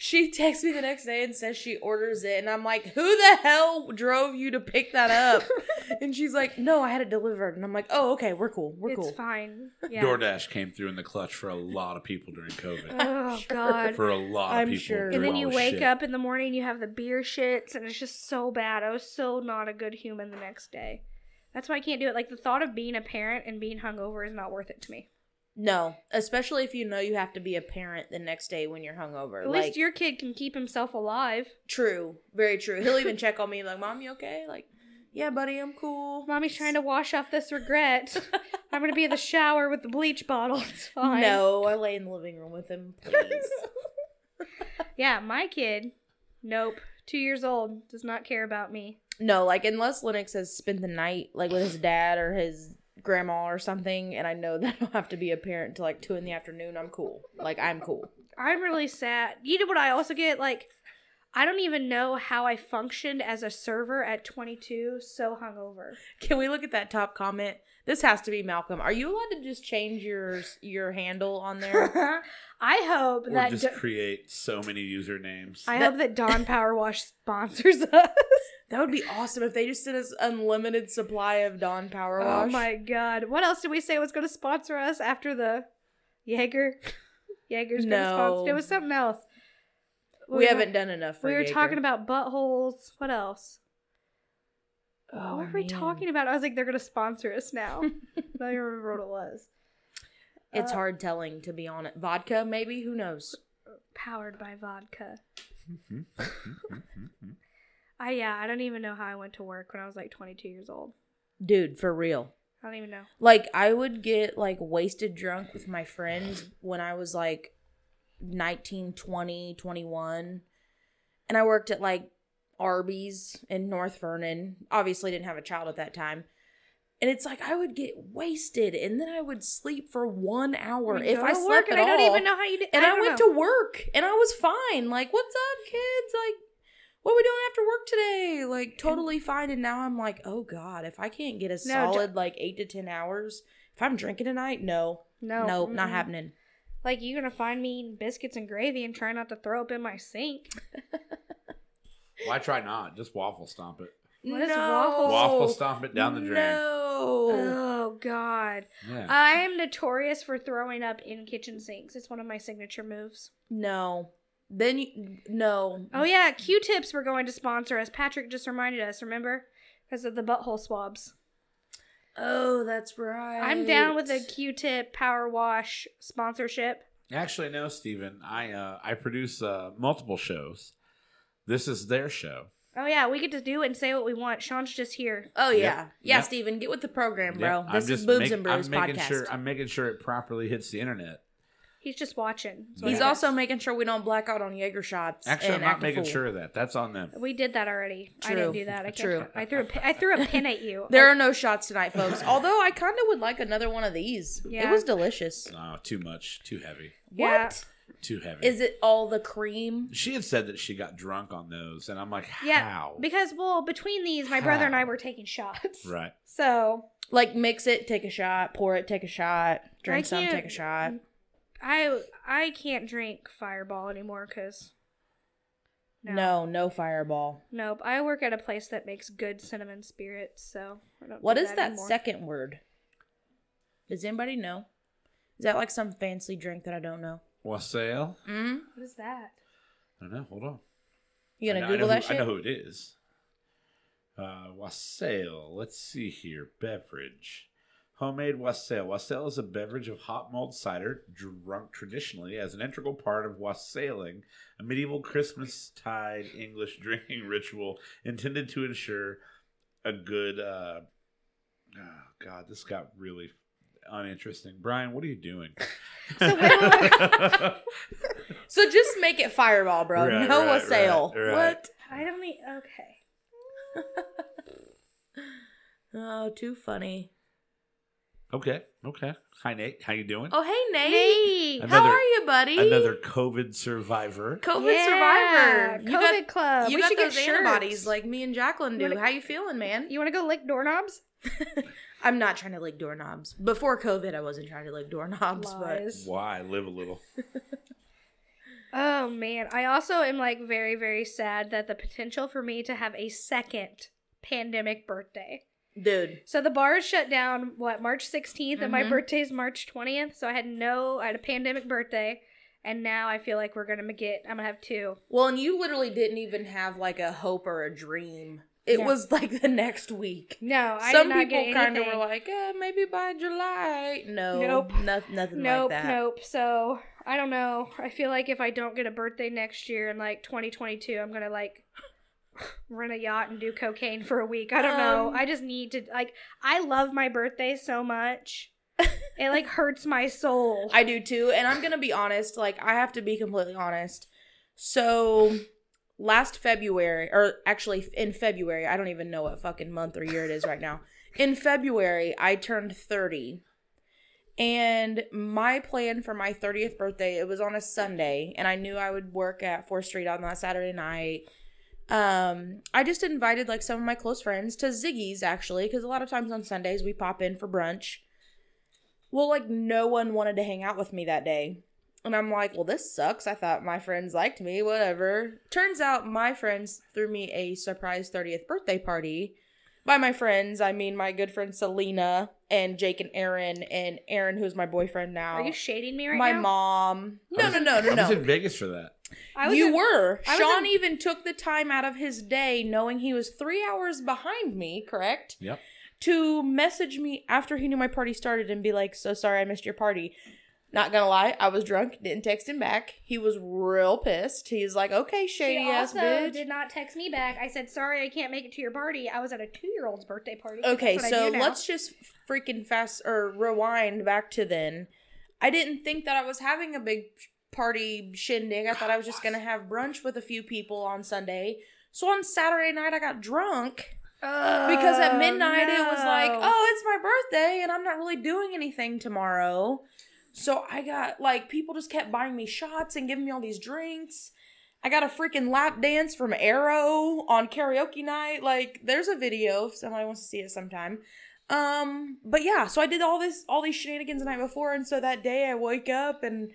Speaker 2: She texts me the next day and says she orders it, and I'm like, "Who the hell drove you to pick
Speaker 1: [laughs]
Speaker 2: that up?" and she's like, "No, I had it delivered." And I'm like, "Oh, okay, we're cool, we're
Speaker 1: it's
Speaker 2: cool."
Speaker 1: fine. Yeah.
Speaker 3: DoorDash came through in the clutch for a lot of people during COVID.
Speaker 1: Oh,
Speaker 2: sure.
Speaker 1: God.
Speaker 3: For a lot of
Speaker 2: I'm
Speaker 3: people.
Speaker 2: sure.
Speaker 3: through
Speaker 1: And then
Speaker 3: all
Speaker 1: you
Speaker 3: this
Speaker 1: wake
Speaker 3: shit.
Speaker 1: up in the morning, you have the beer shits, and it's just so bad. I was so not a good human the next day. That's why I can't do it. Like the thought of being a parent and being hungover is not worth it to me.
Speaker 2: No, especially if you know you have to be a parent the next day when you're hungover.
Speaker 1: At
Speaker 2: like,
Speaker 1: least your kid can keep himself alive.
Speaker 2: true, very true. He'll even check on me like, "Mom, you okay?" Like, "Yeah, buddy, I'm cool."
Speaker 1: Mommy's trying to wash off this
Speaker 2: [laughs]
Speaker 1: regret. I'm gonna be in the shower with the bleach bottle. [laughs] It's fine.
Speaker 2: No, I lay in the living room with him, please.
Speaker 1: Yeah, my kid. Nope. Two years old does not care about me.
Speaker 2: no, like unless Lennox has spent the night like with his dad or his grandma or something, and I know [laughs] that I'll have to be a parent till like two in the afternoon. I'm cool. Like I'm cool.
Speaker 1: I'm really sad. You know what I also get? Like, I don't even know how I functioned as a server at 22, so hungover.
Speaker 2: Can we look at that top comment? This has to be Malcolm. Are you allowed to just change your your handle on there?
Speaker 1: [laughs] I hope
Speaker 3: Or
Speaker 1: that
Speaker 3: just
Speaker 1: Do-
Speaker 3: create so many usernames.
Speaker 1: I hope that
Speaker 3: [laughs]
Speaker 1: Dawn Power Wash sponsors us.
Speaker 2: that would be awesome if they just sent us unlimited supply of Dawn Power Wash.
Speaker 1: Oh my god! What else did we say was going to sponsor us after the Jaeger? Jaeger's going to
Speaker 2: No.
Speaker 1: sponsor. It was something else.
Speaker 2: we,
Speaker 1: were-
Speaker 2: haven't done enough. For
Speaker 1: We were
Speaker 2: Jaeger.
Speaker 1: talking about buttholes. What else?
Speaker 2: Oh,
Speaker 1: what were we
Speaker 2: man.
Speaker 1: talking about? I was like, they're going to sponsor us
Speaker 2: [laughs]
Speaker 1: now. I don't even remember what it was.
Speaker 2: It's
Speaker 1: Uh,
Speaker 2: hard telling to be honest. Vodka, maybe. Who knows?
Speaker 1: Powered by vodka.
Speaker 3: [laughs]
Speaker 1: I yeah. I don't even know how I went to work when I was like 22 years old.
Speaker 2: Dude, for real.
Speaker 1: I don't even know.
Speaker 2: Like I would get like wasted drunk with my friends when I was like 19, 20, 21. And I worked at like Arby's in North Vernon. Obviously didn't have a child at that time. And it's like I would get wasted and then I would sleep for 1 hour
Speaker 1: You
Speaker 2: if
Speaker 1: go
Speaker 2: I
Speaker 1: to
Speaker 2: slept
Speaker 1: work
Speaker 2: at
Speaker 1: and I don't
Speaker 2: all.
Speaker 1: even know how you did.
Speaker 2: and I,
Speaker 1: don't
Speaker 2: went
Speaker 1: know.
Speaker 2: to work and I was fine. Like, what's up, kids? Like, what are we doing after work today? Like, totally fine. And now I'm like, oh God, if I can't get a
Speaker 1: No, Jo-
Speaker 2: solid like eight to 10 hours, if I'm drinking tonight, no,
Speaker 1: no,
Speaker 2: no, not
Speaker 1: mm-mm.
Speaker 2: happening.
Speaker 1: Like you're gonna find me eating biscuits and gravy and try not to throw up in my sink.
Speaker 3: Why try not? Just waffle stomp it.
Speaker 1: What is
Speaker 2: Oh,
Speaker 1: waffles?
Speaker 3: Waffle stomp it down the drain.
Speaker 2: No.
Speaker 1: Oh God,
Speaker 3: Yeah.
Speaker 1: I am notorious for throwing up in kitchen sinks. It's one of my signature moves.
Speaker 2: No. Then you, no.
Speaker 1: Oh yeah, Q-tips were going to sponsor us. Patrick just reminded us. Remember, because of the butthole swabs.
Speaker 2: Oh, that's right.
Speaker 1: I'm down with a Q-tip power wash sponsorship.
Speaker 3: Actually, no, Steven. I uh, I produce uh, multiple shows. This is their show.
Speaker 1: Oh yeah, we get to do it and say what we want. Sean's just here.
Speaker 2: Oh
Speaker 3: Yep.
Speaker 2: yeah, yeah,
Speaker 3: Yep.
Speaker 2: Steven, get with the program, bro.
Speaker 3: Yep,
Speaker 2: This is Boobs
Speaker 3: make-
Speaker 2: and Brews
Speaker 3: I'm making
Speaker 2: podcast.
Speaker 3: sure I'm making sure it properly hits the internet.
Speaker 1: He's just watching. That's what
Speaker 2: He's
Speaker 1: it is.
Speaker 2: also making sure we don't black out on Jaeger shots.
Speaker 3: Actually, I'm
Speaker 2: and
Speaker 3: not
Speaker 2: act a
Speaker 3: making
Speaker 2: fool.
Speaker 3: sure of that. That's on them.
Speaker 1: We did that already. I didn't
Speaker 2: True.
Speaker 1: do that. I can't.
Speaker 2: True.
Speaker 1: I threw a pin, I threw a pin at
Speaker 2: [laughs]
Speaker 1: you.
Speaker 2: There are no shots tonight,
Speaker 1: [laughs]
Speaker 2: folks. Although I kind of would like another one of these. It
Speaker 1: Yeah.
Speaker 2: was delicious.
Speaker 3: Oh, too much, too heavy,
Speaker 1: Yeah.
Speaker 2: What
Speaker 3: too heavy.
Speaker 2: is it? All the cream?
Speaker 3: she had said that she got drunk on those, and I'm like, how?
Speaker 1: Yeah, because well, between these, my brother and I
Speaker 3: How?
Speaker 1: were taking shots.
Speaker 3: right.
Speaker 1: [laughs] So
Speaker 2: Like mix it, take a shot, pour it, take a shot, drink
Speaker 1: I
Speaker 2: some,
Speaker 1: can't-
Speaker 2: take a shot.
Speaker 1: I I can't drink Fireball anymore because
Speaker 2: No. no, fireball.
Speaker 1: nope. I work at a place that makes good cinnamon spirits, so I don't.
Speaker 2: What
Speaker 1: do
Speaker 2: is that
Speaker 1: anymore.
Speaker 2: second word? Does anybody know? Is that like some fancy drink that I don't know?
Speaker 3: Wassail.
Speaker 2: Mm?
Speaker 1: What is that?
Speaker 3: I don't know. Hold on.
Speaker 2: You
Speaker 3: I
Speaker 2: gonna
Speaker 3: know- I
Speaker 2: Google
Speaker 3: know
Speaker 2: that
Speaker 3: who-
Speaker 2: shit?
Speaker 3: I know who it is. Uh, wassail. Let's see here. Beverage. Homemade wassail. Wassail is a beverage of hot mulled cider, drunk traditionally as an integral part of wassailing, a medieval Christmastide English [laughs] drinking ritual intended to ensure a good. Uh, oh God, this got really uninteresting. Brian, what are you doing?
Speaker 1: So wait,
Speaker 2: So just make it fireball, bro.
Speaker 3: Right,
Speaker 2: no
Speaker 3: right,
Speaker 2: wassail.
Speaker 3: right, right.
Speaker 2: What?
Speaker 1: I don't mean okay.
Speaker 2: Oh, too funny.
Speaker 3: [laughs] Okay. Okay. Hi Nate. How you doing?
Speaker 2: Oh, hey, Nate.
Speaker 1: Nate.
Speaker 3: Nate.
Speaker 2: How
Speaker 3: Another-
Speaker 2: are you, buddy?
Speaker 3: Another COVID survivor.
Speaker 2: COVID
Speaker 1: Yeah,
Speaker 2: survivor. You
Speaker 1: COVID
Speaker 2: got,
Speaker 1: club.
Speaker 2: you
Speaker 1: we
Speaker 2: got
Speaker 1: should
Speaker 2: those
Speaker 1: get
Speaker 2: antibodies
Speaker 1: shirts.
Speaker 2: like me and Jacqueline do.
Speaker 1: Wanna-
Speaker 2: How you feeling, man?
Speaker 1: You want to go lick doorknobs?
Speaker 2: I'm not trying to lick doorknobs. Before COVID, I wasn't trying to lick doorknobs, but
Speaker 1: Lies.
Speaker 3: Why live a little?
Speaker 1: Oh man, I also am like very very sad that the potential for me to have a second pandemic birthday.
Speaker 2: dude,
Speaker 1: So the bar is shut down what March 16th and my
Speaker 2: Mhm.
Speaker 1: birthday's March 20th, so I had no I had a pandemic birthday and now I feel like we're going to get I'm going to have two.
Speaker 2: Well, and you literally didn't even have like a hope or a dream. It
Speaker 1: No.
Speaker 2: was like the next week.
Speaker 1: No, I
Speaker 2: Some
Speaker 1: did not
Speaker 2: people
Speaker 1: get
Speaker 2: kind of
Speaker 1: anything.
Speaker 2: were like, eh, maybe by July. No,
Speaker 1: Nope.
Speaker 2: no- nothing
Speaker 1: Nope,
Speaker 2: like that.
Speaker 1: nope. So I don't know. I feel like if I don't get a birthday next year in like 2022, I'm gonna like [laughs] rent a yacht and do cocaine for a week. I don't know.
Speaker 2: Um,
Speaker 1: I just need to like. I love my birthday so [laughs] much. it like hurts my soul.
Speaker 2: I do too, and I'm gonna be honest. Like, I have to be completely honest. So, last February, or actually in February, I don't even know what fucking month or year it is right now. In February, I turned 30. And my plan for my 30th birthday, it was on a Sunday, and I knew I would work at 4th Street on that Saturday night. Um, I just invited like some of my close friends to Ziggy's actually, because a lot of times on Sundays we pop in for brunch. Well, like no one wanted to hang out with me that day. And I'm like, well, this sucks. I thought my friends liked me, whatever. Turns out my friends threw me a surprise 30th birthday party. By my friends, I mean my good friend Selena and Jake and Aaron, and Aaron, who's my boyfriend now.
Speaker 1: Are you shading me right
Speaker 2: my
Speaker 1: now?
Speaker 2: mom.
Speaker 3: I
Speaker 2: No,
Speaker 3: was-
Speaker 2: no, no, no,
Speaker 3: I was
Speaker 2: no.
Speaker 3: in Vegas for that.
Speaker 1: I
Speaker 2: you
Speaker 1: in-
Speaker 2: were.
Speaker 1: I was
Speaker 2: Sean
Speaker 1: in-
Speaker 2: even took the time out of his day, knowing he was three hours behind me, correct?
Speaker 3: Yep.
Speaker 2: to message me after he knew my party started and be like, "So sorry, I missed your party." Not gonna lie, I was drunk. Didn't text him back. He was real pissed. He's like, "Okay, shady
Speaker 1: She
Speaker 2: ass
Speaker 1: also
Speaker 2: bitch."
Speaker 1: did not text me back. I said sorry, I can't make it to your party. I was at a two-year-old's birthday party.
Speaker 2: okay,
Speaker 1: That's what I
Speaker 2: so
Speaker 1: do now.
Speaker 2: let's just freaking fast or rewind back to then. I didn't think that I was having a big party shindig. I thought I was just gonna have brunch with a few people on Sunday. So on Saturday night, I got drunk. because at
Speaker 1: Oh,
Speaker 2: midnight it was like,
Speaker 1: no.
Speaker 2: oh, it's my birthday and I'm not really doing anything tomorrow. So I got like people just kept buying me shots and giving me all these drinks. I got a freaking lap dance from Arrow on karaoke night. Like there's a video if somebody wants to see it sometime. Um, but yeah, so I did all this all these shenanigans the night before and so that day I wake up and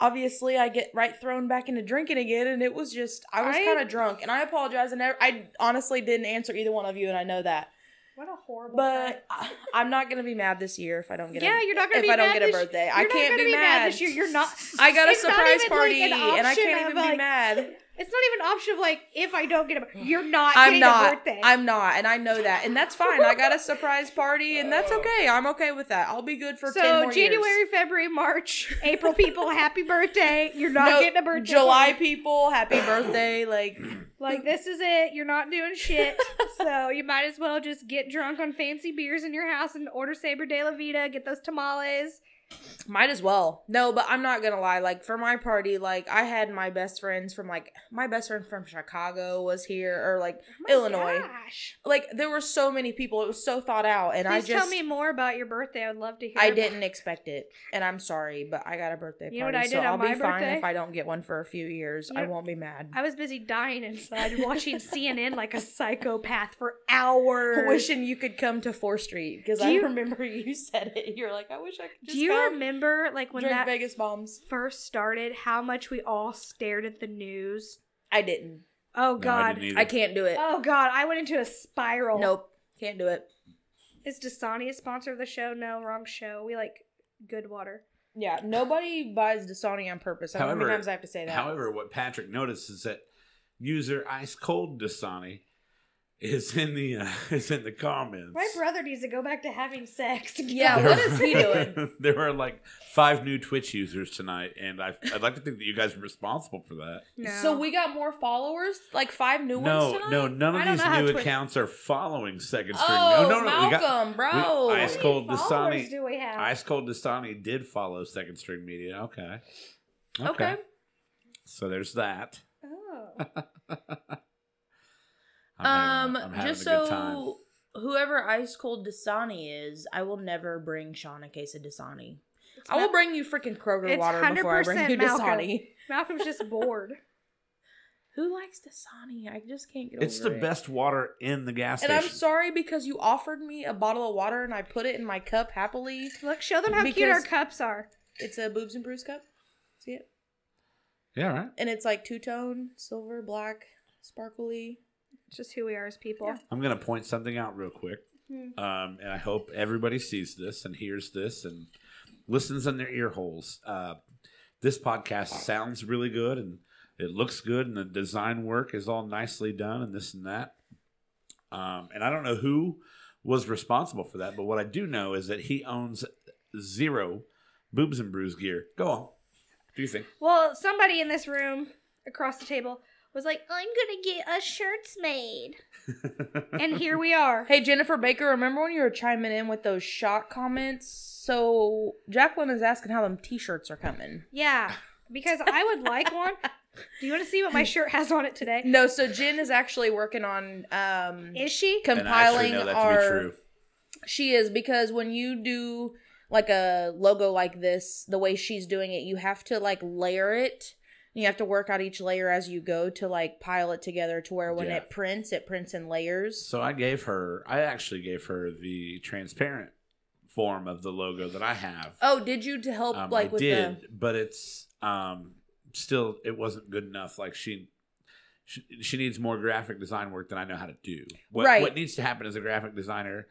Speaker 2: obviously I get right thrown back into drinking again and it was just I was
Speaker 1: I-
Speaker 2: kind of drunk and I apologize and I, I honestly didn't answer either one of you and I know that.
Speaker 1: what a horrible. time.
Speaker 2: But I, I'm not going to be mad this year if I don't get
Speaker 1: yeah,
Speaker 2: a,
Speaker 1: you're not gonna
Speaker 2: if
Speaker 1: be
Speaker 2: I don't
Speaker 1: mad
Speaker 2: get a
Speaker 1: this-
Speaker 2: birthday. I
Speaker 1: you're not
Speaker 2: can't
Speaker 1: gonna be
Speaker 2: be, mad.
Speaker 1: this year. You're not.
Speaker 2: [laughs] I got a
Speaker 1: It's not
Speaker 2: surprise
Speaker 1: even, like,
Speaker 2: party
Speaker 1: an
Speaker 2: and I
Speaker 1: option
Speaker 2: can't
Speaker 1: of,
Speaker 2: even
Speaker 1: like-
Speaker 2: be mad.
Speaker 1: It's not even an option of like if I don't get a you're not
Speaker 2: I'm
Speaker 1: getting
Speaker 2: not.
Speaker 1: a birthday.
Speaker 2: I'm not, and I know that, and that's fine. I got a surprise party, and
Speaker 1: [laughs]
Speaker 2: that's okay. I'm okay with that. I'll be good for
Speaker 1: so
Speaker 2: 10 more years.
Speaker 1: January, February,
Speaker 2: [laughs]
Speaker 1: March, April people, happy birthday. You're not
Speaker 2: No,
Speaker 1: getting a birthday.
Speaker 2: July
Speaker 1: party.
Speaker 2: people, happy birthday! Like [clears throat]
Speaker 1: Like this is it. You're not doing [laughs] shit. so you might as well just get drunk on fancy beers in your house and order Saber de la Vida, get those tamales.
Speaker 2: Might as well. No, but I'm not gonna lie. Like for my party, like I had my best friends from like my best friend from Chicago was here, or like
Speaker 1: Oh my
Speaker 2: Illinois.
Speaker 1: Gosh.
Speaker 2: like there were so many people. It was so thought out, and I
Speaker 1: Please
Speaker 2: just
Speaker 1: tell me more about your birthday. I would love to hear.
Speaker 2: I
Speaker 1: about-
Speaker 2: didn't expect it, and I'm sorry, but I got a birthday party,
Speaker 1: You know what I
Speaker 2: so
Speaker 1: did
Speaker 2: I'll
Speaker 1: on
Speaker 2: be
Speaker 1: my
Speaker 2: fine
Speaker 1: birthday?
Speaker 2: if I don't get one for a few years.
Speaker 1: You
Speaker 2: I
Speaker 1: know-
Speaker 2: won't be mad. [laughs]
Speaker 1: I was busy dying inside watching CNN like a psychopath for hours.
Speaker 2: Wishing you could come to Fourth Street because
Speaker 1: Do
Speaker 2: I
Speaker 1: you-
Speaker 2: remember [laughs] you said it. You're like, I wish I could just
Speaker 1: Do you
Speaker 2: come
Speaker 1: remember like when
Speaker 2: drink
Speaker 1: that
Speaker 2: Vegas bombs.
Speaker 1: first started how much we all stared at the news?
Speaker 2: I didn't.
Speaker 1: Oh
Speaker 3: No, I
Speaker 1: god.
Speaker 3: didn't either.
Speaker 2: I can't do it.
Speaker 1: oh god, I went into a spiral.
Speaker 2: Nope, can't do it.
Speaker 1: Is Dasani a sponsor of the show? No, wrong show. We like good water.
Speaker 2: Yeah, nobody buys Dasani on purpose. How many
Speaker 3: However-
Speaker 2: times I have to say that?
Speaker 3: However, what Patrick noticed is that user ice cold Dasani is in the uh, [laughs] is in the comments.
Speaker 1: My brother needs to go back to having sex.
Speaker 2: Yeah,
Speaker 3: There
Speaker 2: what
Speaker 3: were-
Speaker 2: is he doing?
Speaker 3: [laughs] there are like five new Twitch users tonight, and I, I'd like to think that you guys are responsible for that.
Speaker 1: No.
Speaker 2: So we got more followers, like five new ones
Speaker 3: No,
Speaker 2: tonight.
Speaker 3: no, none
Speaker 1: I
Speaker 3: of
Speaker 1: don't
Speaker 3: these
Speaker 1: know how
Speaker 3: new
Speaker 1: Twitch-
Speaker 3: accounts are following second string.
Speaker 2: Oh,
Speaker 3: no, no, no. we got,
Speaker 2: Malcolm, bro.
Speaker 3: we- I
Speaker 1: How many
Speaker 3: Cold
Speaker 1: followers
Speaker 3: Dasani-
Speaker 1: do we have?
Speaker 3: Ice Cold Dasani did follow second string media. Okay.
Speaker 2: okay.
Speaker 3: So there's that.
Speaker 1: oh. [laughs]
Speaker 2: Um,
Speaker 3: I'm having a- I'm having
Speaker 2: just
Speaker 3: a good time.
Speaker 2: so whoever Ice Cold Dasani is, I will never bring Sean a case of Dasani.
Speaker 1: It's
Speaker 2: I will
Speaker 1: Mal-
Speaker 2: bring you freaking Kroger
Speaker 1: It's
Speaker 2: water before I bring
Speaker 1: 100%
Speaker 2: you
Speaker 1: Malcolm.
Speaker 2: Dasani. [laughs]
Speaker 1: Malcolm's just bored.
Speaker 2: Who likes Dasani? I just can't get over
Speaker 3: It's the
Speaker 2: it.
Speaker 3: best water in the gas
Speaker 2: And
Speaker 3: station.
Speaker 2: I'm sorry because you offered me a bottle of water and I put it in my cup happily.
Speaker 1: Look, show them how cute our
Speaker 2: Because-
Speaker 1: cups are.
Speaker 2: It's a boobs and brews cup. See it?
Speaker 3: yeah, right.
Speaker 2: And it's like two tone, silver, black, sparkly.
Speaker 1: It's just who we are as people.
Speaker 3: I'm gonna point something out real quick,
Speaker 1: Hmm.
Speaker 3: um, and I hope everybody sees this and hears this and listens in their ear holes. Uh, this podcast sounds really good and it looks good, and the design work is all nicely done, and this and that. Um, and I don't know who was responsible for that, but what I do know is that he owns zero boobs and brews gear. Go on. Do you think?
Speaker 1: Well, somebody in this room across the table was like, I'm going to get us shirts made. [laughs] and here we are.
Speaker 2: Hey, Jennifer Baker, remember when you were chiming in with those shock comments? So Jacqueline is asking how them t shirts are coming.
Speaker 1: Yeah, because I would like one.
Speaker 2: [laughs]
Speaker 1: Do you want to see what my shirt has on it today?
Speaker 2: No, so Jen is actually working on um
Speaker 1: Is she?
Speaker 3: And I actually
Speaker 2: compiling
Speaker 3: know that to
Speaker 2: our
Speaker 3: be true.
Speaker 2: She is because when you do like a logo like this, the way she's doing it, you have to like layer it. and You have to work out each layer as you go to like pile it together to where when
Speaker 3: Yeah.
Speaker 2: it prints, it prints in layers.
Speaker 3: So I gave her, I actually gave her the transparent form of the logo that I have.
Speaker 2: Oh, did you to help
Speaker 3: Um,
Speaker 2: like
Speaker 3: I
Speaker 2: with
Speaker 3: did, but it's um, still it wasn't good enough. Like she, she, she needs more graphic design work than I know how to do. What,
Speaker 2: Right.
Speaker 3: What needs to happen as a graphic designer,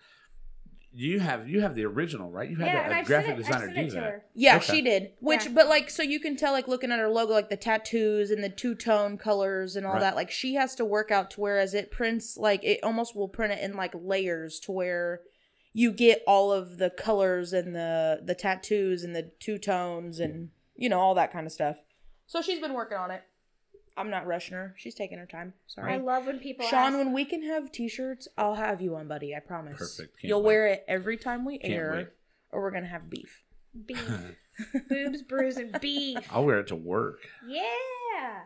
Speaker 3: you have you have the original, right? You had
Speaker 1: yeah,
Speaker 3: a-
Speaker 1: and
Speaker 3: a,
Speaker 1: I've sent
Speaker 3: graphic
Speaker 1: it, I've
Speaker 3: designer
Speaker 1: sent
Speaker 3: do
Speaker 1: it to
Speaker 3: that.
Speaker 1: her.
Speaker 2: the? Yeah,
Speaker 3: Okay.
Speaker 2: she did. Which,
Speaker 1: Yeah.
Speaker 2: but like, so you can tell like looking at her logo, like the tattoos and the two tone colors and all
Speaker 3: Right.
Speaker 2: that. Like she has to work out to whereas it prints like it almost will print it in like layers to where you get all of the colors and the the tattoos and the two tones and you know all that kind of stuff. So she's been working on it. I'm not rushing her. She's taking her time.
Speaker 1: I
Speaker 2: Sorry.
Speaker 1: love when people
Speaker 2: Sean,
Speaker 1: ask-
Speaker 2: when we can have T-shirts, I'll have you one, buddy. I promise.
Speaker 3: Perfect. Can't
Speaker 2: You'll
Speaker 3: wait.
Speaker 2: wear it every time we
Speaker 3: Can't
Speaker 2: air,
Speaker 3: wait.
Speaker 2: or we're gonna have beef.
Speaker 1: beef,
Speaker 3: [laughs]
Speaker 1: boobs, bruise, and beef.
Speaker 3: I'll wear it to work.
Speaker 1: Yeah.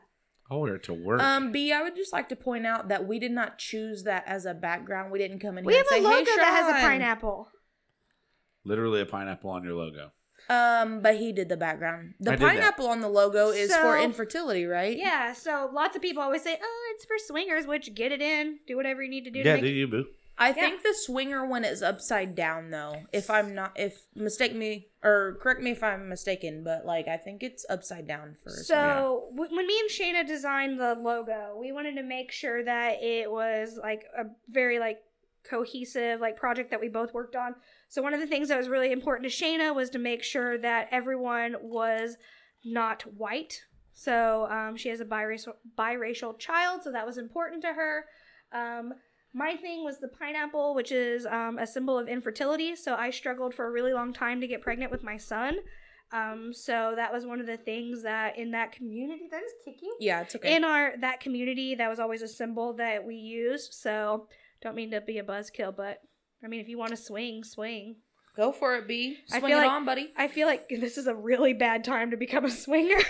Speaker 3: I'll wear it to work.
Speaker 2: Um, B, I would just like to point out that we did not choose that as a background. We didn't come in
Speaker 1: We
Speaker 2: here
Speaker 1: have a
Speaker 2: and say,
Speaker 1: logo
Speaker 2: "Hey, Sean."
Speaker 1: that has a pineapple.
Speaker 3: Literally a pineapple on your logo.
Speaker 2: Um, but he did the background. The
Speaker 3: I did that.
Speaker 2: pineapple on the logo is
Speaker 1: So-
Speaker 2: for infertility, right?
Speaker 1: Yeah, so lots of people always say, "Oh, it's for swingers," which get it in, do whatever you need to do.
Speaker 3: yeah,
Speaker 1: to
Speaker 3: do
Speaker 1: make-
Speaker 3: you boo?
Speaker 2: I think the swinger one is upside down though. If I'm not, if mistake me or correct me if I'm mistaken, but like I think it's upside down for. a swinger.
Speaker 1: So w- when me and Shayna designed the logo, we wanted to make sure that it was like a very like cohesive like project that we both worked on. So one of the things that was really important to Shayna was to make sure that everyone was not white. So um, she has a biracial biracial child, so that was important to her. Um, my thing was the pineapple, which is um, a symbol of infertility. So I struggled for a really long time to get pregnant with my son. Um, so that was one of the things that in that community that is kicking
Speaker 2: yeah, it's okay.
Speaker 1: in our that community that was always a symbol that we used. So don't mean to be a buzzkill, but I mean if you want to swing, swing.
Speaker 2: Go for it, B.
Speaker 1: I
Speaker 2: Swing
Speaker 1: feel
Speaker 2: it
Speaker 1: like-
Speaker 2: on, buddy.
Speaker 1: I feel like this is a really bad time to become a swinger. [laughs]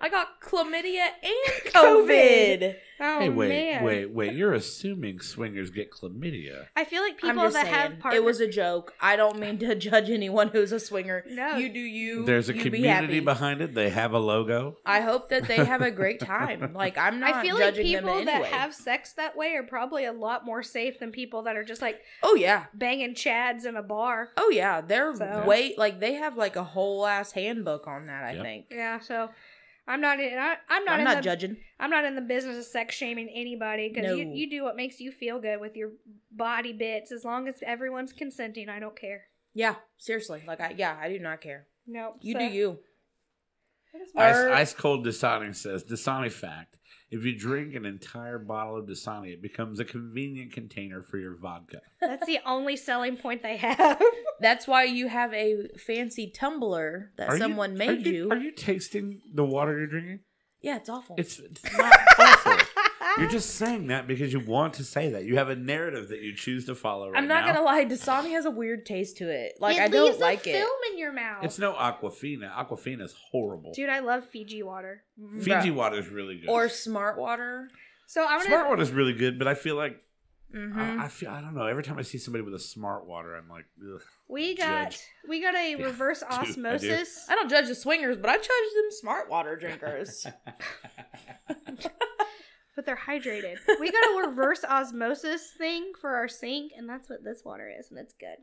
Speaker 2: I got chlamydia [laughs] and
Speaker 1: COVID.
Speaker 2: COVID.
Speaker 1: oh
Speaker 3: hey, wait,
Speaker 1: man.
Speaker 3: wait, wait! You're assuming swingers get chlamydia.
Speaker 1: I feel like
Speaker 2: I'm
Speaker 1: people that
Speaker 2: just saying,
Speaker 1: have partners
Speaker 2: it was a joke. I don't mean to [laughs] judge anyone who's a swinger.
Speaker 1: No.
Speaker 2: you do you.
Speaker 3: There's a
Speaker 2: you be
Speaker 3: community
Speaker 2: happy.
Speaker 3: behind it. They have a logo.
Speaker 2: I hope that they have a
Speaker 3: [laughs]
Speaker 2: great time. Like I'm not
Speaker 1: I feel like
Speaker 2: judging
Speaker 1: people
Speaker 2: them in
Speaker 1: that
Speaker 2: any way.
Speaker 1: have sex that way are probably a lot more safe than people that are just like
Speaker 2: oh yeah,
Speaker 1: banging chads in a bar.
Speaker 2: oh yeah. They're
Speaker 1: So-
Speaker 2: way like they have like a whole ass handbook on that. I
Speaker 3: Yep.
Speaker 2: think.
Speaker 1: Yeah, so I'm not in, I, I'm not
Speaker 2: I'm
Speaker 1: in
Speaker 2: not
Speaker 1: the
Speaker 2: judging.
Speaker 1: I'm not in the business of sex shaming anybody because you,
Speaker 2: No.
Speaker 1: you do what makes you feel good with your body bits. As long as everyone's consenting, I don't care.
Speaker 2: Yeah, seriously. Like I yeah, I do not care.
Speaker 1: Nope.
Speaker 2: You
Speaker 1: so-
Speaker 2: do you.
Speaker 1: That is
Speaker 3: Ice,
Speaker 1: my-
Speaker 3: Ice Cold Dasani says Dasani fact: If you drink an entire bottle of Dasani, it becomes a convenient container for your vodka.
Speaker 1: That's the only selling point they have.
Speaker 2: That's why you have a fancy tumbler that
Speaker 3: Are
Speaker 2: someone
Speaker 3: you,
Speaker 2: made
Speaker 3: are
Speaker 2: you,
Speaker 3: Are you tasting the water you're drinking?
Speaker 2: Yeah, it's awful.
Speaker 3: It's, it's
Speaker 2: [laughs]
Speaker 3: not awful. You're just saying that because you want to say that. You have a narrative that you choose to follow. Right
Speaker 2: I'm not
Speaker 3: now.
Speaker 2: gonna lie, Dasani has a weird taste to it. Like
Speaker 1: it
Speaker 2: I
Speaker 1: leaves
Speaker 2: don't
Speaker 1: a
Speaker 2: like it.
Speaker 1: film in your mouth.
Speaker 3: It's no Aquafina. Aquafina's horrible.
Speaker 1: Dude, I love Fiji water.
Speaker 3: Fiji water's really good.
Speaker 2: Or smart water.
Speaker 1: So I'm gonna
Speaker 3: Smart water's really good, but I feel like
Speaker 2: Mm-hmm.
Speaker 3: I, I feel I don't know. Every time I see somebody with a smart water, I'm like, Ugh.
Speaker 1: We got
Speaker 3: Judge.
Speaker 1: we got a
Speaker 3: [laughs] Yeah,
Speaker 1: reverse
Speaker 3: I do.
Speaker 1: osmosis.
Speaker 2: I don't judge the swingers, but I judge them smart water
Speaker 3: [laughs]
Speaker 2: drinkers.
Speaker 1: but they're
Speaker 3: [laughs]
Speaker 1: hydrated. We got a reverse osmosis thing for our sink, and that's what this water is, and it's good.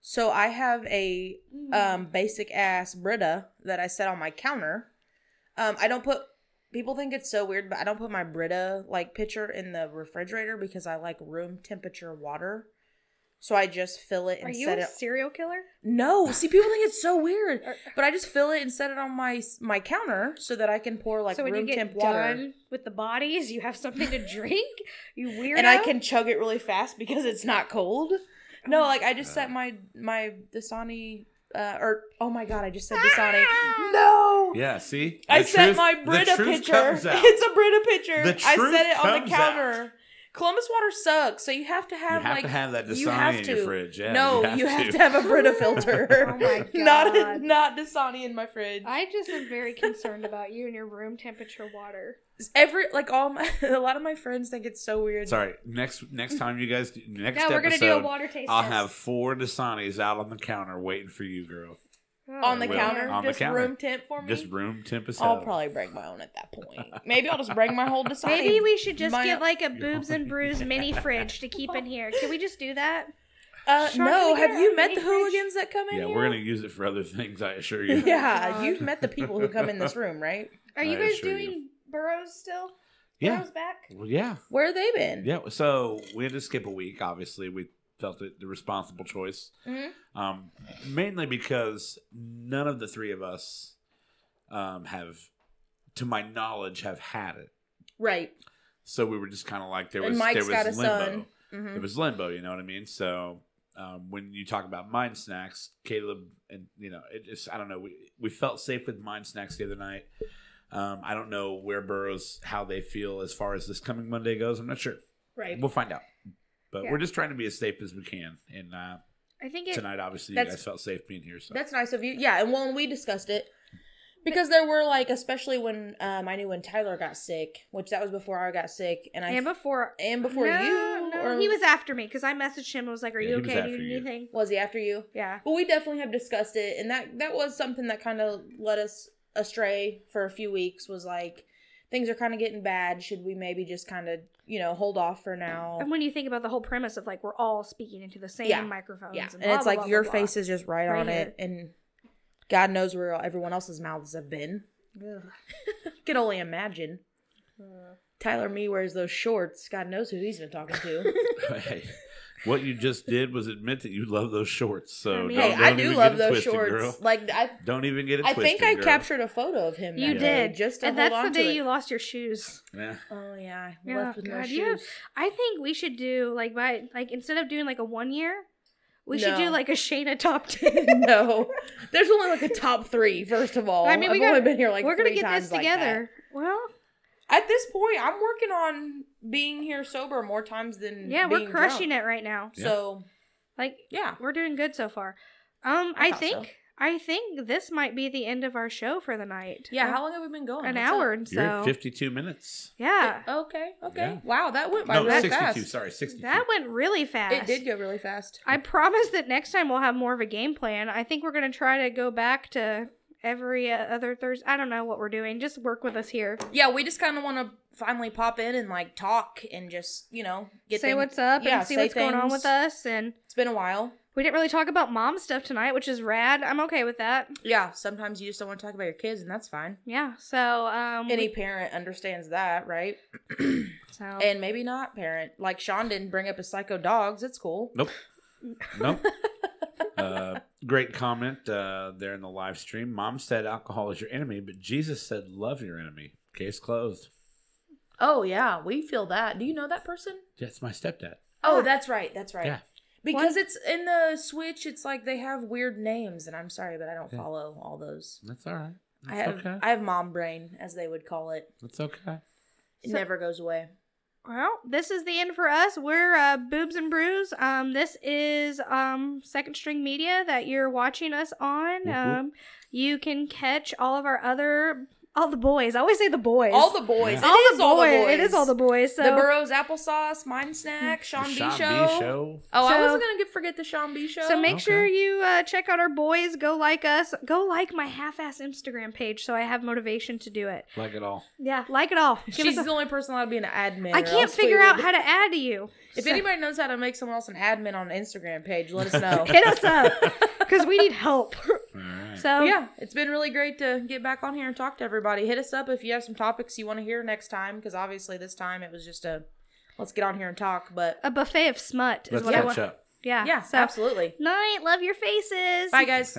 Speaker 2: so I have a
Speaker 1: Mm.
Speaker 2: um, basic ass Brita that I set on my counter. Um, I don't put. People think it's so weird, but I don't put my Brita like pitcher in the refrigerator because I like room temperature water. So I just fill it and
Speaker 1: Are you
Speaker 2: set
Speaker 1: a
Speaker 2: it.
Speaker 1: serial killer?
Speaker 2: No, see, people think it's so weird,
Speaker 1: [laughs] Or-
Speaker 2: but I just fill it and set it on my my counter so that I can pour like
Speaker 1: so when
Speaker 2: room
Speaker 1: you get
Speaker 2: temp
Speaker 1: done
Speaker 2: water,
Speaker 1: with the bodies, you have something
Speaker 2: [laughs]
Speaker 1: to drink. You weirdo.
Speaker 2: and I can chug it really fast because it's not cold.
Speaker 1: Oh
Speaker 2: No, like I just set my my Dasani. Uh, or oh my god, I just said
Speaker 1: Ah!
Speaker 2: Dasani. No,
Speaker 3: yeah. See,
Speaker 2: I
Speaker 3: The
Speaker 2: set
Speaker 3: truth-
Speaker 2: my
Speaker 3: the
Speaker 2: Brita
Speaker 3: truth
Speaker 1: [laughs]
Speaker 2: pitcher. [laughs]
Speaker 3: comes out.
Speaker 2: It's a Brita pitcher.
Speaker 3: The
Speaker 2: I
Speaker 3: truth
Speaker 2: set it on the
Speaker 3: comes
Speaker 2: counter. Columbus water sucks, so you have to
Speaker 3: You
Speaker 2: have
Speaker 3: have
Speaker 2: like
Speaker 3: to have that
Speaker 2: you have
Speaker 3: Dasani in your
Speaker 2: to.
Speaker 3: fridge. Yeah,
Speaker 2: no, you have, to. have a Brita filter.
Speaker 1: [laughs] Oh my
Speaker 2: [laughs] Not a,
Speaker 1: God.
Speaker 2: not Dasani in my fridge.
Speaker 1: I just am very concerned about you and your room temperature water.
Speaker 2: Every like all my, [laughs] a lot of my friends think it's so weird.
Speaker 3: Sorry. Next
Speaker 1: [laughs]
Speaker 3: next time you guys do- next
Speaker 1: Now we're gonna do a
Speaker 3: episode,
Speaker 1: water taste.
Speaker 3: I'll
Speaker 1: test.
Speaker 3: have four Dasanis out on the counter waiting for you, girl.
Speaker 1: Oh,
Speaker 2: On the
Speaker 3: Well,
Speaker 2: counter,
Speaker 3: on the
Speaker 2: just
Speaker 3: counter.
Speaker 2: room temp for me.
Speaker 3: Just room temp aside.
Speaker 2: I'll probably bring my own at that
Speaker 3: [laughs]
Speaker 2: point. Maybe I'll just bring my whole Dasani.
Speaker 1: Maybe we should just
Speaker 2: My-
Speaker 1: get like
Speaker 2: [laughs]
Speaker 1: a boobs and brews mini fridge to keep in here. Can we just do that?
Speaker 2: uh,
Speaker 1: Sean,
Speaker 2: no.
Speaker 1: can we get
Speaker 2: Have you
Speaker 1: our
Speaker 2: met the
Speaker 1: mini fridge?
Speaker 2: hooligans that come in?
Speaker 3: yeah,
Speaker 2: here? [laughs]
Speaker 3: we're gonna use it for other things. I assure you.
Speaker 2: Yeah,
Speaker 1: God.
Speaker 2: you've met the people who come in this room, right?
Speaker 1: Are you
Speaker 3: I
Speaker 1: guys
Speaker 3: assure
Speaker 1: doing
Speaker 3: you.
Speaker 1: burrows still?
Speaker 3: yeah.
Speaker 1: Burrows back?
Speaker 3: Well, yeah.
Speaker 2: Where have they been?
Speaker 3: Yeah. So we had to skip a week. Obviously, we felt it the responsible choice,
Speaker 2: Mhm.
Speaker 3: um, mainly because none of the three of us um, have, to my knowledge, have had it.
Speaker 2: Right.
Speaker 3: So we were just kind of like there was
Speaker 2: and
Speaker 3: there
Speaker 2: Mike's
Speaker 3: was
Speaker 2: got a
Speaker 3: limbo.
Speaker 2: son.
Speaker 3: It
Speaker 2: Mhm.
Speaker 3: was limbo. You know what I mean? So um, when you talk about mind snacks, Caleb and you know it just I don't know. We we felt safe with mind snacks the other night. Um, I don't know where Burrows how they feel as far as this coming Monday goes. I'm not sure.
Speaker 2: Right.
Speaker 3: We'll find out. But
Speaker 1: Yeah.
Speaker 3: we're just trying to be as safe as we can. And uh,
Speaker 1: I think it.
Speaker 3: tonight, obviously, you
Speaker 2: That's-
Speaker 3: guys felt safe being here. So
Speaker 2: That's nice of you. Yeah, and when we discussed it, because there were like, especially when um, I knew when Tyler got sick, which that was before I got sick, and I
Speaker 1: And before,
Speaker 2: and before
Speaker 1: no,
Speaker 2: you,
Speaker 1: no,
Speaker 2: or
Speaker 1: he was after me because I messaged him. and was like, "Are
Speaker 3: Yeah,
Speaker 1: you
Speaker 3: he was
Speaker 1: okay? Do
Speaker 3: after
Speaker 1: you need
Speaker 3: you.
Speaker 1: anything?"
Speaker 2: was he after you?
Speaker 1: Yeah.
Speaker 2: But we definitely have discussed it, and that that was something that kind of led us astray for a few weeks. Was like things are kind of getting bad. Should we maybe just kind of you know hold off for now?
Speaker 3: Oh.
Speaker 1: And when you think about the whole premise of like we're all speaking into the same
Speaker 2: Yeah.
Speaker 1: microphones,
Speaker 2: Yeah,
Speaker 1: and,
Speaker 2: and it's
Speaker 1: blah,
Speaker 2: like
Speaker 1: blah, blah,
Speaker 2: your
Speaker 1: blah, blah.
Speaker 2: face is just right,
Speaker 1: Right
Speaker 2: on it, and God knows where everyone else's mouths have been. [laughs] Can only imagine. Tyler Me wears those shorts. God knows who he's been talking
Speaker 1: [laughs]
Speaker 2: to.
Speaker 3: hey, what you just did was admit that you love those shorts. So
Speaker 1: I mean-
Speaker 3: don't,
Speaker 2: hey,
Speaker 3: don't
Speaker 2: I do
Speaker 3: even
Speaker 2: love
Speaker 3: get it
Speaker 2: those
Speaker 3: twisted,
Speaker 2: shorts.
Speaker 3: Girl.
Speaker 2: Like
Speaker 3: [laughs]
Speaker 2: I,
Speaker 3: Don't even get it
Speaker 2: I
Speaker 3: twisted.
Speaker 2: think I
Speaker 3: girl.
Speaker 2: captured a photo of him.
Speaker 1: You
Speaker 2: that day,
Speaker 1: did,
Speaker 2: just to
Speaker 1: and
Speaker 2: hold
Speaker 1: that's the
Speaker 2: on to
Speaker 1: day
Speaker 2: it.
Speaker 1: you lost your shoes.
Speaker 3: Yeah.
Speaker 2: Oh yeah,
Speaker 1: Yeah,
Speaker 2: left with no
Speaker 1: God, you-
Speaker 2: shoes. [laughs]
Speaker 1: I think we should do like by like instead of doing like a one year, we should do
Speaker 2: No.
Speaker 1: like a Shayna
Speaker 2: [laughs]
Speaker 1: top ten.
Speaker 2: no, there's only like a top three. First of all,
Speaker 1: I mean, we
Speaker 2: I've
Speaker 1: got-
Speaker 2: only been here like
Speaker 1: we're gonna
Speaker 2: three
Speaker 1: get this
Speaker 2: times like that.
Speaker 1: together. well,
Speaker 2: At this point, I'm working on being here sober more times than
Speaker 1: yeah, we're crushing
Speaker 2: it.
Speaker 1: it right now.
Speaker 3: Yeah.
Speaker 2: So
Speaker 1: Like
Speaker 2: yeah,
Speaker 1: we're doing good so far. Um,
Speaker 2: I
Speaker 1: I,
Speaker 2: thought
Speaker 1: think
Speaker 2: so.
Speaker 1: I think this might be the end of our show for the night.
Speaker 2: yeah.
Speaker 1: Uh,
Speaker 2: How long have we been going?
Speaker 1: an
Speaker 2: What's
Speaker 1: hour and
Speaker 3: You're at
Speaker 1: so.
Speaker 3: 52 minutes.
Speaker 1: Yeah,
Speaker 2: Okay. Okay.
Speaker 3: Yeah.
Speaker 2: Wow, that went by
Speaker 3: No,
Speaker 2: really
Speaker 3: 62.
Speaker 2: fast.
Speaker 3: Sorry, 62.
Speaker 1: that went really fast.
Speaker 2: It did go really fast.
Speaker 1: I promise that next time we'll have more of a game plan. I think we're gonna try to go back to every uh, other Thursday. I don't know what we're doing. Just work with us here.
Speaker 2: Yeah, we just kind of want to finally pop in and like talk and just you know get
Speaker 1: say
Speaker 2: things-
Speaker 1: what's up
Speaker 2: yeah,
Speaker 1: and see
Speaker 2: say
Speaker 1: what's going on
Speaker 2: things.
Speaker 1: with us. And
Speaker 2: It's been a while.
Speaker 1: we didn't really talk about mom stuff tonight, which is rad. I'm okay with that.
Speaker 2: Yeah, sometimes you just don't want to talk about your kids, and that's fine.
Speaker 1: Yeah. So um,
Speaker 2: Any
Speaker 1: we-
Speaker 2: parent understands that, right?
Speaker 1: so
Speaker 2: And maybe not parent. Like Sean didn't bring up his psycho dogs. It's cool.
Speaker 3: Nope.
Speaker 2: [laughs]
Speaker 3: Nope. uh, great comment uh, there in the live stream. Mom said alcohol is your enemy, but Jesus said love your enemy. Case closed.
Speaker 2: Oh yeah, we feel that. Do you know that person?
Speaker 3: That's my stepdad.
Speaker 2: Oh, that's right. That's right.
Speaker 3: Yeah.
Speaker 2: Because it's in the Switch, it's like they have weird names, and I'm sorry, but I don't
Speaker 3: Yeah.
Speaker 2: follow all those.
Speaker 3: That's all right.
Speaker 2: I
Speaker 3: That's
Speaker 2: have
Speaker 3: okay.
Speaker 2: I have mom brain, as they would call it.
Speaker 3: That's okay.
Speaker 2: It
Speaker 1: So-
Speaker 2: never goes away.
Speaker 1: well, this is the end for us. We're uh, boobs and brews. Um, this is um second string media that you're watching us on.
Speaker 3: Mm-hmm. Whoop whoop.
Speaker 1: Um, you can catch all of our other all the boys. I always say the boys.
Speaker 2: All the boys.
Speaker 3: Yeah.
Speaker 2: It is all the boys.
Speaker 1: It is all the boys. So
Speaker 2: The Burroughs applesauce, Mine Snack, Sean, B.
Speaker 3: The
Speaker 2: Show. Oh, I
Speaker 1: So-
Speaker 2: wasn't gonna get, forget the Sean B. Show.
Speaker 1: So make
Speaker 3: Okay.
Speaker 1: sure you uh, check out our boys. Go like us. Go like my half-ass Instagram page so I have motivation to do it.
Speaker 3: Like it all.
Speaker 1: Yeah, like it all. Give
Speaker 2: She's
Speaker 1: us
Speaker 2: the only person allowed to be an admin.
Speaker 1: a, I
Speaker 2: or
Speaker 1: can't
Speaker 2: else we
Speaker 1: figure
Speaker 2: would-
Speaker 1: out how to add to you.
Speaker 2: If
Speaker 1: So,
Speaker 2: anybody knows how to make someone else an admin on an Instagram page,
Speaker 1: [laughs]
Speaker 2: let us know.
Speaker 1: hit us
Speaker 2: [laughs]
Speaker 1: up because we need help.
Speaker 3: All right.
Speaker 1: So
Speaker 2: But yeah, it's been really great to get back on here and talk to everybody. Hit us up if you have some topics you want to hear next time, because obviously this time it was just a let's get on here and talk. But
Speaker 1: a buffet of smut is
Speaker 3: Let's
Speaker 1: what I
Speaker 3: catch
Speaker 1: want.
Speaker 3: up.
Speaker 1: Yeah. [laughs]
Speaker 2: yeah,
Speaker 1: so
Speaker 2: absolutely.
Speaker 1: night. Love your faces.
Speaker 3: [laughs]
Speaker 2: Bye, guys.